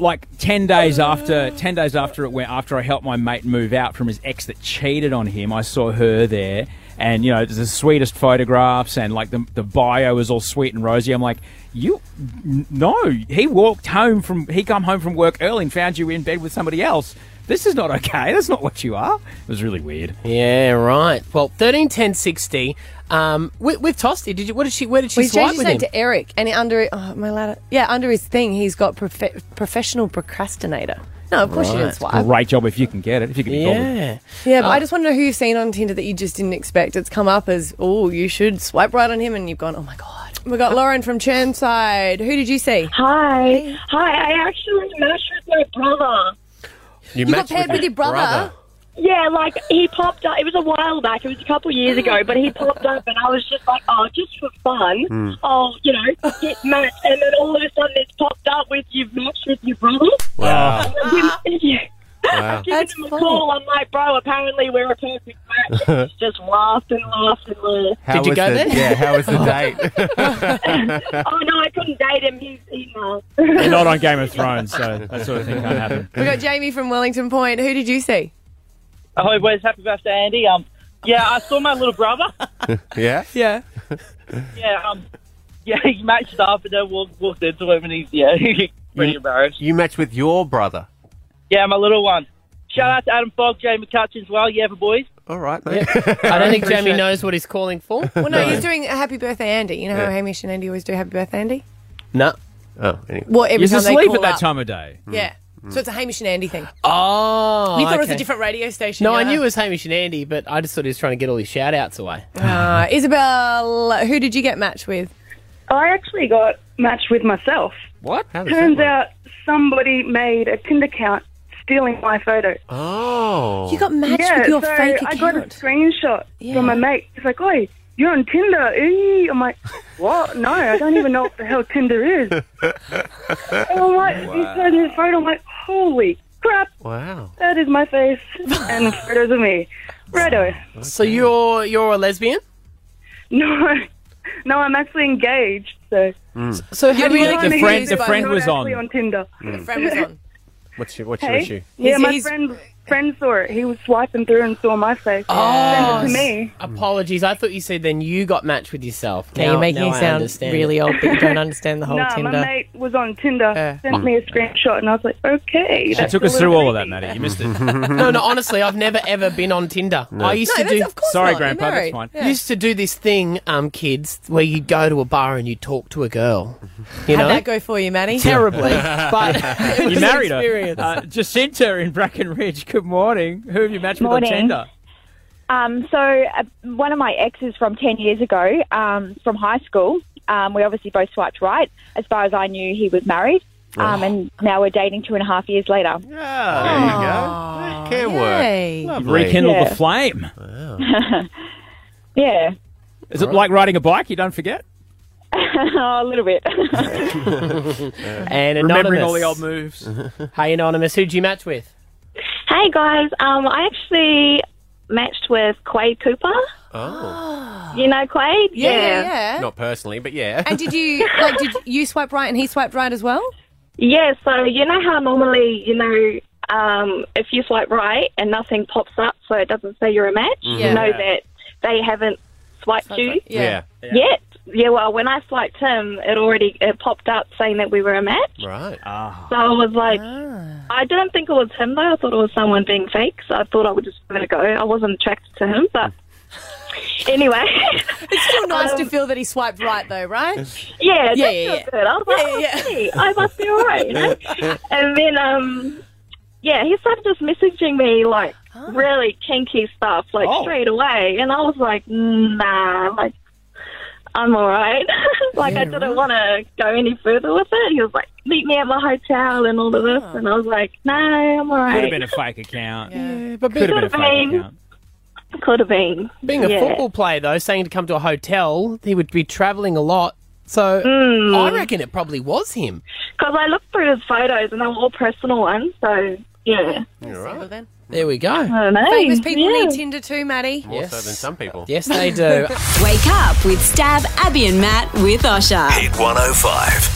Speaker 5: like ten days after ten days after it went after I helped my mate move out from his ex that cheated on him, I saw her there, and you know it's the sweetest photographs and like the the bio was all sweet and rosy. I'm like, you n- no, he walked home from he come home from work early and found you in bed with somebody else. This is not okay. That's not what you are. It was really weird.
Speaker 2: Yeah, right. Well, thirteen ten sixty. Um, with, with Tosti, did you? What did she? Where did she
Speaker 3: We've
Speaker 2: swipe
Speaker 3: changed his
Speaker 2: with
Speaker 3: name
Speaker 2: him?
Speaker 3: to Eric, and under oh, my ladder, yeah, under his thing, he's got profe- professional procrastinator. No, of course you didn't swipe.
Speaker 5: Great job if you can get it. If you can be bothered.
Speaker 3: Yeah,
Speaker 2: Uh,
Speaker 3: but I just want to know who you've seen on Tinder that you just didn't expect. It's come up as, oh, you should swipe right on him, and you've gone, oh my god. We got Lauren from Churnside. Who did you see?
Speaker 23: Hi, hi. I actually matched with my brother.
Speaker 3: You got paired with your brother.
Speaker 23: Yeah, like he popped up. It was a while back. It was a couple years ago, but he popped up, and I was just like, "Oh, just for fun, Hmm. I'll you know get matched." And then all of a sudden, it's popped up with you've matched with your brother.
Speaker 4: Wow.
Speaker 23: yeah.
Speaker 4: Wow.
Speaker 23: I've given him a call. I'm like, bro, apparently we're a perfect match. And he's just laughed and laughed and laughed.
Speaker 4: How was the, Yeah, how was the date?
Speaker 23: oh no, I couldn't date him. He's you know.
Speaker 5: They're not on Game of Thrones, so that sort of thing can't happen.
Speaker 3: We got Jamie from Wellington Point. Who did you see?
Speaker 24: Hi, boys. Happy birthday, Andy. Um, yeah, I saw my little brother.
Speaker 4: yeah?
Speaker 3: Yeah.
Speaker 24: Yeah, um, yeah, he matched up and then walked, walked into him and he's, yeah, pretty embarrassed.
Speaker 4: You matched with your brother.
Speaker 24: Yeah, my little one. Shout out to Adam Fogg, Jay McCutcheon as well. Yeah, for boys.
Speaker 4: All right, mate.
Speaker 2: I don't think Jamie
Speaker 24: Appreciate-
Speaker 2: knows what he's calling for.
Speaker 3: Well, no, he's doing a Happy Birthday Andy. You know how
Speaker 2: Yeah.
Speaker 3: Hamish and Andy always do Happy Birthday Andy?
Speaker 2: No.
Speaker 4: Oh, anyway.
Speaker 3: Well, every
Speaker 5: You're
Speaker 3: time they
Speaker 5: asleep
Speaker 3: call
Speaker 5: at that
Speaker 3: up.
Speaker 5: time of day.
Speaker 3: Yeah. So it's a Hamish and Andy thing.
Speaker 2: Mm. Oh,
Speaker 3: you thought it was a
Speaker 2: okay.
Speaker 3: different radio station.
Speaker 2: No, I
Speaker 3: yeah.
Speaker 2: knew it was Hamish and Andy, but I just thought he was trying to get all his shout outs away.
Speaker 3: Uh, Isabel, who did you get matched with?
Speaker 23: I actually got matched with myself.
Speaker 5: What?
Speaker 23: Turns out somebody made a Tinder account stealing my photo.
Speaker 4: Oh.
Speaker 23: You got
Speaker 3: matched
Speaker 23: yeah,
Speaker 3: with your
Speaker 23: so
Speaker 3: fake
Speaker 23: I got a screenshot from my mate. He's like, "Oi, you're on Tinder." Eee. I'm like, "What? No, I don't even know what the hell Tinder is." and I'm like, he showed me the photo. I'm like, "Holy crap,
Speaker 4: Wow.
Speaker 23: that is my face and photos of me." Righto.
Speaker 2: So you're you're a lesbian?
Speaker 23: No, no, I'm actually engaged. So,
Speaker 2: So how do you-
Speaker 3: Mm.
Speaker 4: Mm.
Speaker 23: You're
Speaker 2: The
Speaker 23: trying to
Speaker 2: friend-
Speaker 23: use
Speaker 2: the
Speaker 23: it, but
Speaker 2: friend
Speaker 23: I'm not
Speaker 2: was on.
Speaker 23: actually Tinder.
Speaker 4: Mm.
Speaker 23: friend was on.
Speaker 4: What's your What's your
Speaker 23: Hey?
Speaker 4: issue?
Speaker 23: Yeah, my friend friend saw it. He was swiping through and saw my face.
Speaker 2: Oh,
Speaker 23: Send it to
Speaker 2: s-
Speaker 23: me.
Speaker 2: Apologies. I thought you said then you got matched with yourself.
Speaker 3: Now you're making
Speaker 2: now
Speaker 3: it
Speaker 2: I
Speaker 3: sound
Speaker 2: understand
Speaker 3: really
Speaker 2: it.
Speaker 3: old, but you don't understand the whole
Speaker 23: nah, my mate was on Tinder. Sent me a screenshot, and I was like, okay.
Speaker 5: She
Speaker 23: that's
Speaker 5: took
Speaker 23: a
Speaker 5: us through
Speaker 23: little
Speaker 5: all of that, Maddie. You missed it.
Speaker 2: no, no. Honestly, I've never ever been on Tinder.
Speaker 5: No.
Speaker 2: I used
Speaker 5: No,
Speaker 2: to
Speaker 5: that's-
Speaker 2: do.
Speaker 5: of course Sorry, not. You're Grandpa, that's married. fine. Yeah.
Speaker 2: Used to do this thing, um, kids, where you go to a bar and you talk to a girl. You
Speaker 3: How'd
Speaker 2: know,
Speaker 3: that go for you, Maddie?
Speaker 2: terribly, but it was
Speaker 5: you
Speaker 2: an
Speaker 5: married her.
Speaker 2: experience.
Speaker 5: Uh, Jacinta in Brackenridge. Good morning. Who have you matched with
Speaker 7: Morning.
Speaker 5: on Tinder?
Speaker 7: Um, so uh, one of my exes from 10 years ago, um, from high school, um, we obviously both swiped right. As far as I knew, he was married. Um, and now we're dating two and a half years later.
Speaker 4: Yeah, there you go. That Can
Speaker 7: yay.
Speaker 4: work.
Speaker 5: You've Rekindled
Speaker 7: Yeah.
Speaker 5: the flame.
Speaker 7: yeah.
Speaker 5: Is it like riding a bike? You don't forget.
Speaker 7: a little bit.
Speaker 2: and
Speaker 5: Remembering
Speaker 2: anonymous.
Speaker 5: all the old moves.
Speaker 2: hey, anonymous, who'd you match with?
Speaker 8: Hey guys, um, I actually matched with Quade Cooper.
Speaker 4: Oh,
Speaker 8: You know Quade?
Speaker 3: Ah. Yeah, yeah, yeah.
Speaker 4: not personally, but yeah.
Speaker 3: And did you like? Did you swipe right and he swiped right as well?
Speaker 8: Yeah, so you know how normally, you know, um, if you swipe right and nothing pops up, so it doesn't say you're a match,
Speaker 4: Yeah.
Speaker 8: you know
Speaker 4: Yeah.
Speaker 8: that they haven't swiped you
Speaker 4: Yeah. Yeah.
Speaker 8: yet. Yeah, well, when I swiped him, it already it popped up saying that we were a match.
Speaker 4: Right. Ah.
Speaker 8: So I was like, I didn't think it was him though. I thought it was someone being fake. So I thought I would just give it a go. I wasn't attracted to him, but anyway. Um,
Speaker 3: It's still nice to feel that he swiped right, though, right?
Speaker 8: Yeah,
Speaker 3: yeah,
Speaker 8: that
Speaker 3: yeah.
Speaker 8: felt good. I was like, oh, gee, I must be all right. you know? and then, um, yeah, he started just messaging me like
Speaker 2: Ah.
Speaker 8: really kinky stuff, like
Speaker 7: Oh.
Speaker 8: straight away, and I was like, nah, like I'm all right. like I didn't want to go any further with it. He was like, meet me at my hotel and all of this,
Speaker 2: Ah.
Speaker 8: and I was like, no, I'm all right.
Speaker 5: Could have been a fake account.
Speaker 8: but
Speaker 5: Could have been a fake account.
Speaker 8: Could have been.
Speaker 2: Being a
Speaker 8: Yeah.
Speaker 2: football player, though, saying to come to a hotel, he would be travelling a lot. So I reckon it probably was him.
Speaker 8: Because Hmm. I looked through his photos and they were all personal ones, so yeah.
Speaker 3: Well then,
Speaker 2: There we go.
Speaker 8: I don't know.
Speaker 3: famous people
Speaker 8: yeah.
Speaker 3: need Tinder too, Maddie.
Speaker 4: More so than some people.
Speaker 2: Yes, they do.
Speaker 14: Wake up with Stab, Abby and Matt with Osha.
Speaker 6: Hit 105.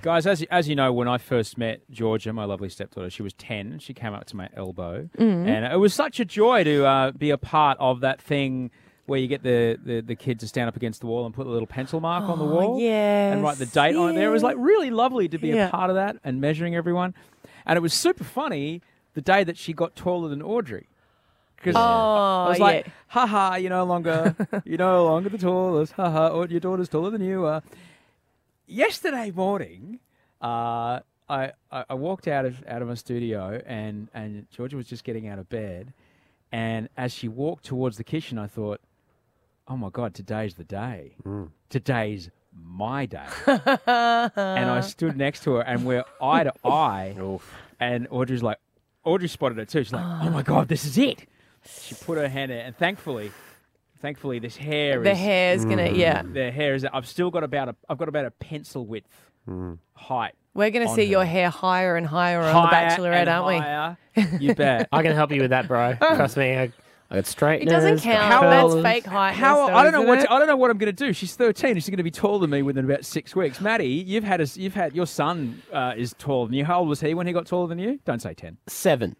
Speaker 5: Guys, as, as you know, when I first met Georgia, my lovely stepdaughter, she was 10. She came up to my elbow.
Speaker 11: Mhm.
Speaker 5: And it was such a joy to uh, be a part of that thing where you get the, the, the kid to stand up against the wall and put a little pencil mark on the
Speaker 11: Oh,
Speaker 5: wall and write the date on it there. It was like really lovely to be
Speaker 11: Yeah.
Speaker 5: a part of that and measuring everyone. And it was super funny the day that she got taller than Audrey. 'Cause I
Speaker 11: Oh,
Speaker 5: was like, ha ha, you're no longer, you're no longer the tallest, ha ha, or your daughter's taller than you are. Yesterday morning, uh, I, I I walked out of out of my studio and and Georgia was just getting out of bed, and as she walked towards the kitchen, I thought, oh my god, today's the day. Today's my day. and I stood next to her, and we're eye to eye. And Audrey's like, Audrey spotted it too. She's like, oh my god, this is it. She put her hand in, and thankfully. Thankfully, this hair
Speaker 3: The
Speaker 5: is
Speaker 3: hair's gonna-
Speaker 2: Mm.
Speaker 3: yeah.
Speaker 5: The hair is. I've still got about a. I've got about a pencil width
Speaker 2: Mm.
Speaker 5: height.
Speaker 3: We're going to
Speaker 5: on
Speaker 3: see
Speaker 5: her.
Speaker 3: your hair higher and higher on
Speaker 5: Higher
Speaker 3: The Bachelorette,
Speaker 5: and
Speaker 3: aren't we?
Speaker 5: You bet.
Speaker 2: I can help you with that, bro. Trust me. I, I got straight.
Speaker 3: It doesn't count. That's fake height.
Speaker 5: How I don't know what
Speaker 3: it?
Speaker 5: I don't know what I'm going to do. She's 13. She's going to be taller than me within about six weeks. Maddie, you've had a, you've had your son uh, is taller than you. How old was he when he got taller than you? Don't say 10.
Speaker 2: Seven.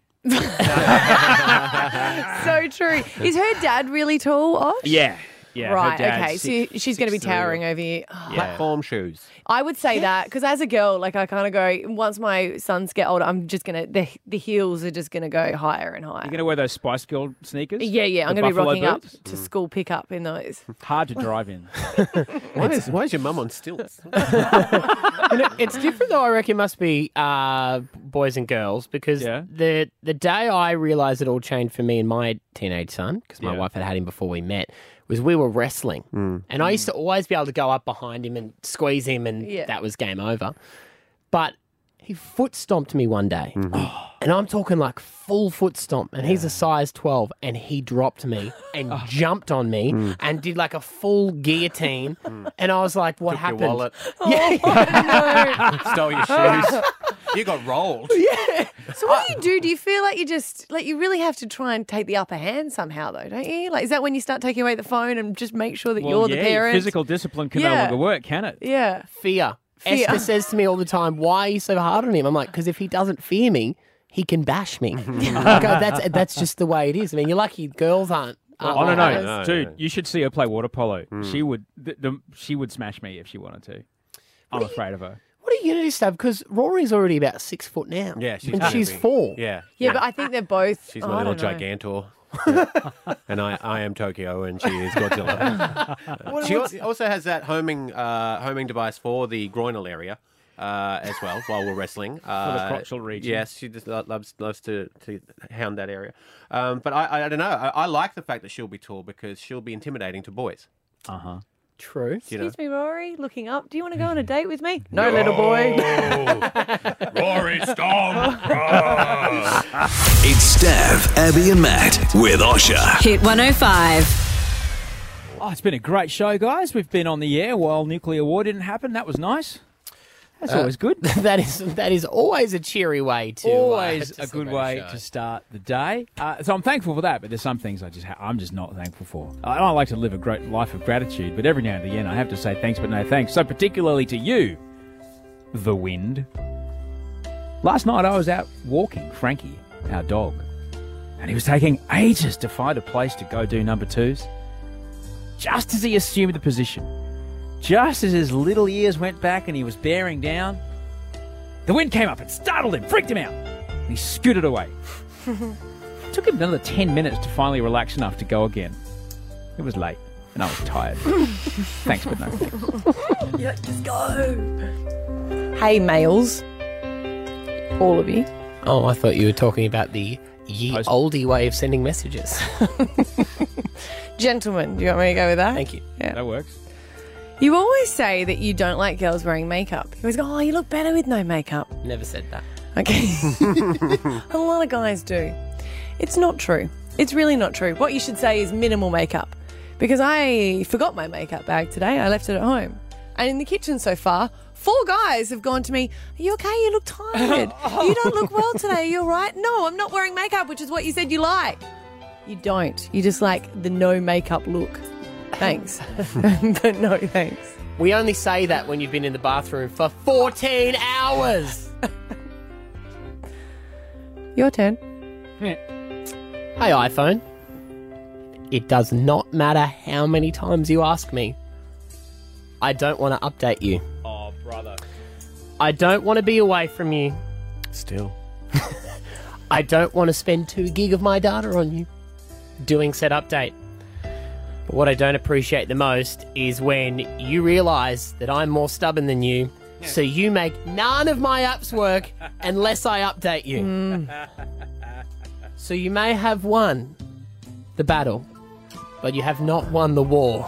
Speaker 3: so true. Is her dad really tall, Osh?
Speaker 5: Yeah, yeah. her
Speaker 3: right.
Speaker 5: dad's
Speaker 3: Okay.
Speaker 5: six-
Speaker 3: so she's going to be
Speaker 5: 6'3" or-
Speaker 3: towering over you. Oh,
Speaker 4: Platform shoes.
Speaker 3: I would say that because as a girl, like I kind of go once my sons get older, I'm just gonna the the heels are just gonna go higher and higher.
Speaker 5: You're going to wear those Spice Girl sneakers?
Speaker 3: Yeah, yeah. I'm
Speaker 5: The
Speaker 3: gonna be
Speaker 5: buffalo
Speaker 3: rocking
Speaker 5: boots?
Speaker 3: up to school pickup in those.
Speaker 5: Hard to drive in.
Speaker 4: Why is, why is your mum on stilts?
Speaker 2: You know, it's different though. I reckon it must be uh, boys and girls because the the day I realised it all changed for me and my teenage son because my
Speaker 5: Yeah.
Speaker 2: wife had had him before we met was we were wrestling and I used to always be able to go up behind him and squeeze him and
Speaker 5: Yeah.
Speaker 2: that was game over, but he foot stomped me one day and I'm talking like full foot stomp and he's a size twelve and he dropped me and jumped on me and did like a full guillotine and I was like, what happened?
Speaker 4: wallet.
Speaker 2: Yeah.
Speaker 4: Stole your shoes. You got rolled.
Speaker 3: So what do you do? Do you feel like you just like you really have to try and take the upper hand somehow though, don't you? Like is that when you start taking away the phone and just make sure that
Speaker 5: Well,
Speaker 3: you're
Speaker 5: yeah,
Speaker 3: the parent?
Speaker 5: Physical discipline can
Speaker 3: Yeah.
Speaker 5: no longer work, can it?
Speaker 3: Yeah.
Speaker 2: Fear.
Speaker 3: Fear.
Speaker 2: Esther says to me all the time, "Why are you so hard on him?" I'm like, "Because if he doesn't fear me, he can bash me." I go, that's that's just the way it is. I mean, you're lucky girls aren't. aren't
Speaker 5: oh no
Speaker 2: like
Speaker 5: no, Hmm.
Speaker 2: that.
Speaker 5: dude! You should see her play water polo. She would th- the, she would smash me if she wanted to. I'm afraid of her.
Speaker 2: What are you gonna do, Stab? Because Rory's already about six foot now.
Speaker 5: Yeah, she's
Speaker 2: and
Speaker 5: gonna
Speaker 2: she's
Speaker 5: be.
Speaker 2: four.
Speaker 4: Yeah.
Speaker 3: Yeah, but I think they're both.
Speaker 4: She's
Speaker 3: oh,
Speaker 4: my
Speaker 3: I
Speaker 4: little
Speaker 3: don't know.
Speaker 4: gigantor. Yeah. and I, I am Tokyo, and she is Godzilla.
Speaker 2: What-
Speaker 4: she
Speaker 2: what's-
Speaker 4: al- also has that homing uh, homing device for the groinal area uh, as well. While we're wrestling, uh,
Speaker 5: crotchal region.
Speaker 4: Yes, she just lo- loves loves to, to hound that area. Um, but I, I don't know. I, I like the fact that she'll be tall because she'll be intimidating to boys.
Speaker 5: Uh huh.
Speaker 2: True.
Speaker 4: You know,
Speaker 3: Excuse me, Rory, looking up. Do you want to go on a date with me? No, little boy.
Speaker 6: Rory Storm.
Speaker 3: Oh.
Speaker 6: it's Stav, Abby, and Matt with Osha.
Speaker 14: Hit 105.
Speaker 5: Oh, it's been a great show, guys. We've been on the air while nuclear war didn't happen. That was nice. That's
Speaker 2: Uh,
Speaker 5: always good.
Speaker 2: that is that is always a cheery way to uh,
Speaker 5: always
Speaker 2: to
Speaker 5: a good
Speaker 2: celebrate
Speaker 5: way
Speaker 2: show.
Speaker 5: to start the day. Uh, so I'm thankful for that, but there's some things I just ha- I'm just not thankful for. I, I like to live a great life of gratitude, but every now and again I have to say thanks, but no thanks. So particularly to you, the wind. Last night I was out walking Frankie, our dog, and he was taking ages to find a place to go do number twos. Just as he assumed the position, just as his little ears went back and he was bearing down, the wind came up and startled him, freaked him out. And he scooted away. It took him another 10 minutes to finally relax enough to go again. It was late, and I was tired. Thanks, but no. thanks.
Speaker 3: yeah, just go. Hey, males. All of you.
Speaker 2: Oh, I thought you were talking about the ye oldie way of sending messages.
Speaker 3: Gentlemen, do you want me to go with that?
Speaker 2: Thank you.
Speaker 3: Yeah.
Speaker 5: That works.
Speaker 3: You always say that you don't like girls wearing makeup. You always go, oh, you look better with no makeup.
Speaker 2: Never said that.
Speaker 3: Okay. a lot of guys do. It's not true. It's really not true. What you should say is minimal makeup. Because I forgot my makeup bag today. I left it at home. And in the kitchen so far, four guys have gone to me, Are you okay? You look tired. You don't look well today. Are you all right? No, I'm not wearing makeup, which is what you said you like. You don't. You just like the no makeup look. Thanks. but no thanks.
Speaker 2: We only say that when you've been in the bathroom for 14 hours.
Speaker 3: Your turn.
Speaker 2: Hey, iPhone. It does not matter how many times you ask me. I don't want to update you.
Speaker 5: Oh, brother.
Speaker 2: I don't want to be away from you.
Speaker 4: Still.
Speaker 2: I don't want to spend 2 gig of my data on you doing said update. But what I don't appreciate the most is when you realize that I'm more stubborn than you, so you make none of my apps work unless I update you.
Speaker 1: Mm.
Speaker 2: So you may have won the battle, but you have not won the war.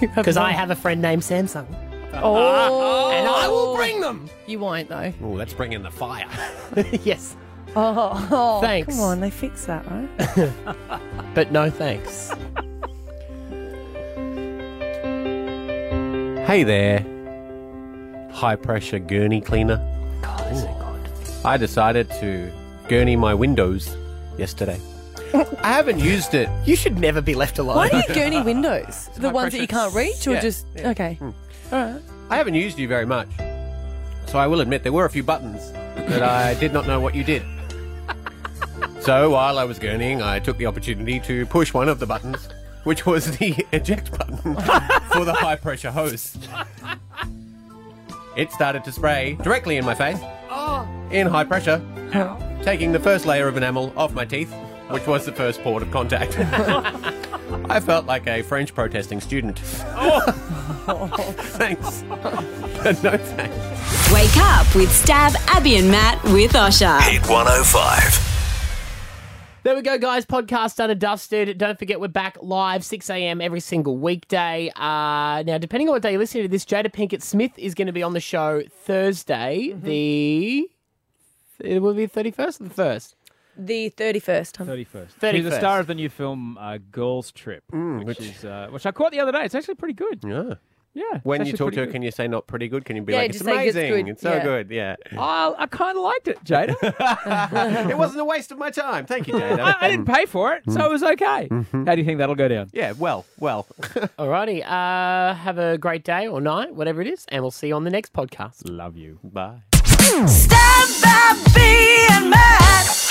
Speaker 2: Because I have a friend named Samsung.
Speaker 3: Oh.
Speaker 2: Uh-huh. And I will bring them.
Speaker 3: You won't, though.
Speaker 4: Oh, let's bring in the fire.
Speaker 2: yes.
Speaker 3: Oh,
Speaker 2: Thanks.
Speaker 3: Come on, they fixed that, right?
Speaker 2: But no thanks.
Speaker 4: Hey there, high pressure gurney cleaner. God,
Speaker 2: this
Speaker 4: I decided to gurney my windows yesterday. I haven't used it.
Speaker 2: You should never be left alone.
Speaker 3: Why do you gurney windows? the
Speaker 4: high
Speaker 3: ones that you
Speaker 4: pressure.
Speaker 3: can't reach, or
Speaker 4: Yeah,
Speaker 3: just
Speaker 4: yeah. Hmm.
Speaker 3: okay? All right.
Speaker 4: I haven't used you very much. So I will admit there were a few buttons that I did not know what you did. So while I was gurneying, I took the opportunity to push one of the buttons, which was the eject button for the high pressure hose. It started to spray directly in my face in high pressure, taking the first layer of enamel off my teeth, which was the first port of contact. I felt like a French protesting student. Thanks. no thanks.
Speaker 14: Wake up with Stab, Abby, and Matt with Osha.
Speaker 6: Hit 105.
Speaker 2: There we go, guys. Podcast done and dusted. Don't forget, we're back live 6 a.m. every single weekday. Uh, now, depending on what day you're listening to this, Jada Pinkett Smith is going to be on the show Thursday, the. It will be 31st or the 1st?
Speaker 3: The thirty-first.
Speaker 5: 31st.
Speaker 2: 31st.
Speaker 5: She's the
Speaker 4: Mm,
Speaker 5: star of the new film uh, Girls Trip, which, is uh, which I caught the other day. It's actually pretty good.
Speaker 4: Yeah.
Speaker 5: Yeah.
Speaker 4: When
Speaker 5: it's
Speaker 4: you
Speaker 5: actually
Speaker 4: talk
Speaker 5: pretty
Speaker 4: to her,
Speaker 5: good.
Speaker 4: can you say not pretty good? Can you be
Speaker 5: Yeah,
Speaker 4: like, it's
Speaker 5: just say it's
Speaker 4: amazing,
Speaker 5: good,
Speaker 4: it's so
Speaker 5: yeah.
Speaker 4: good, yeah.
Speaker 5: I, I kind of liked it, Jada.
Speaker 4: it wasn't a waste of my time. Thank you, Jada.
Speaker 5: I, I didn't pay for it, so
Speaker 2: Mm.
Speaker 5: it was okay.
Speaker 4: Mhm.
Speaker 5: How do you think that'll go down?
Speaker 4: Yeah, well, well.
Speaker 2: Alrighty. Uh, have a great day or night, whatever it is, and we'll see you on the next podcast.
Speaker 5: Love you.
Speaker 4: Bye.
Speaker 1: Stand by, be and Matt.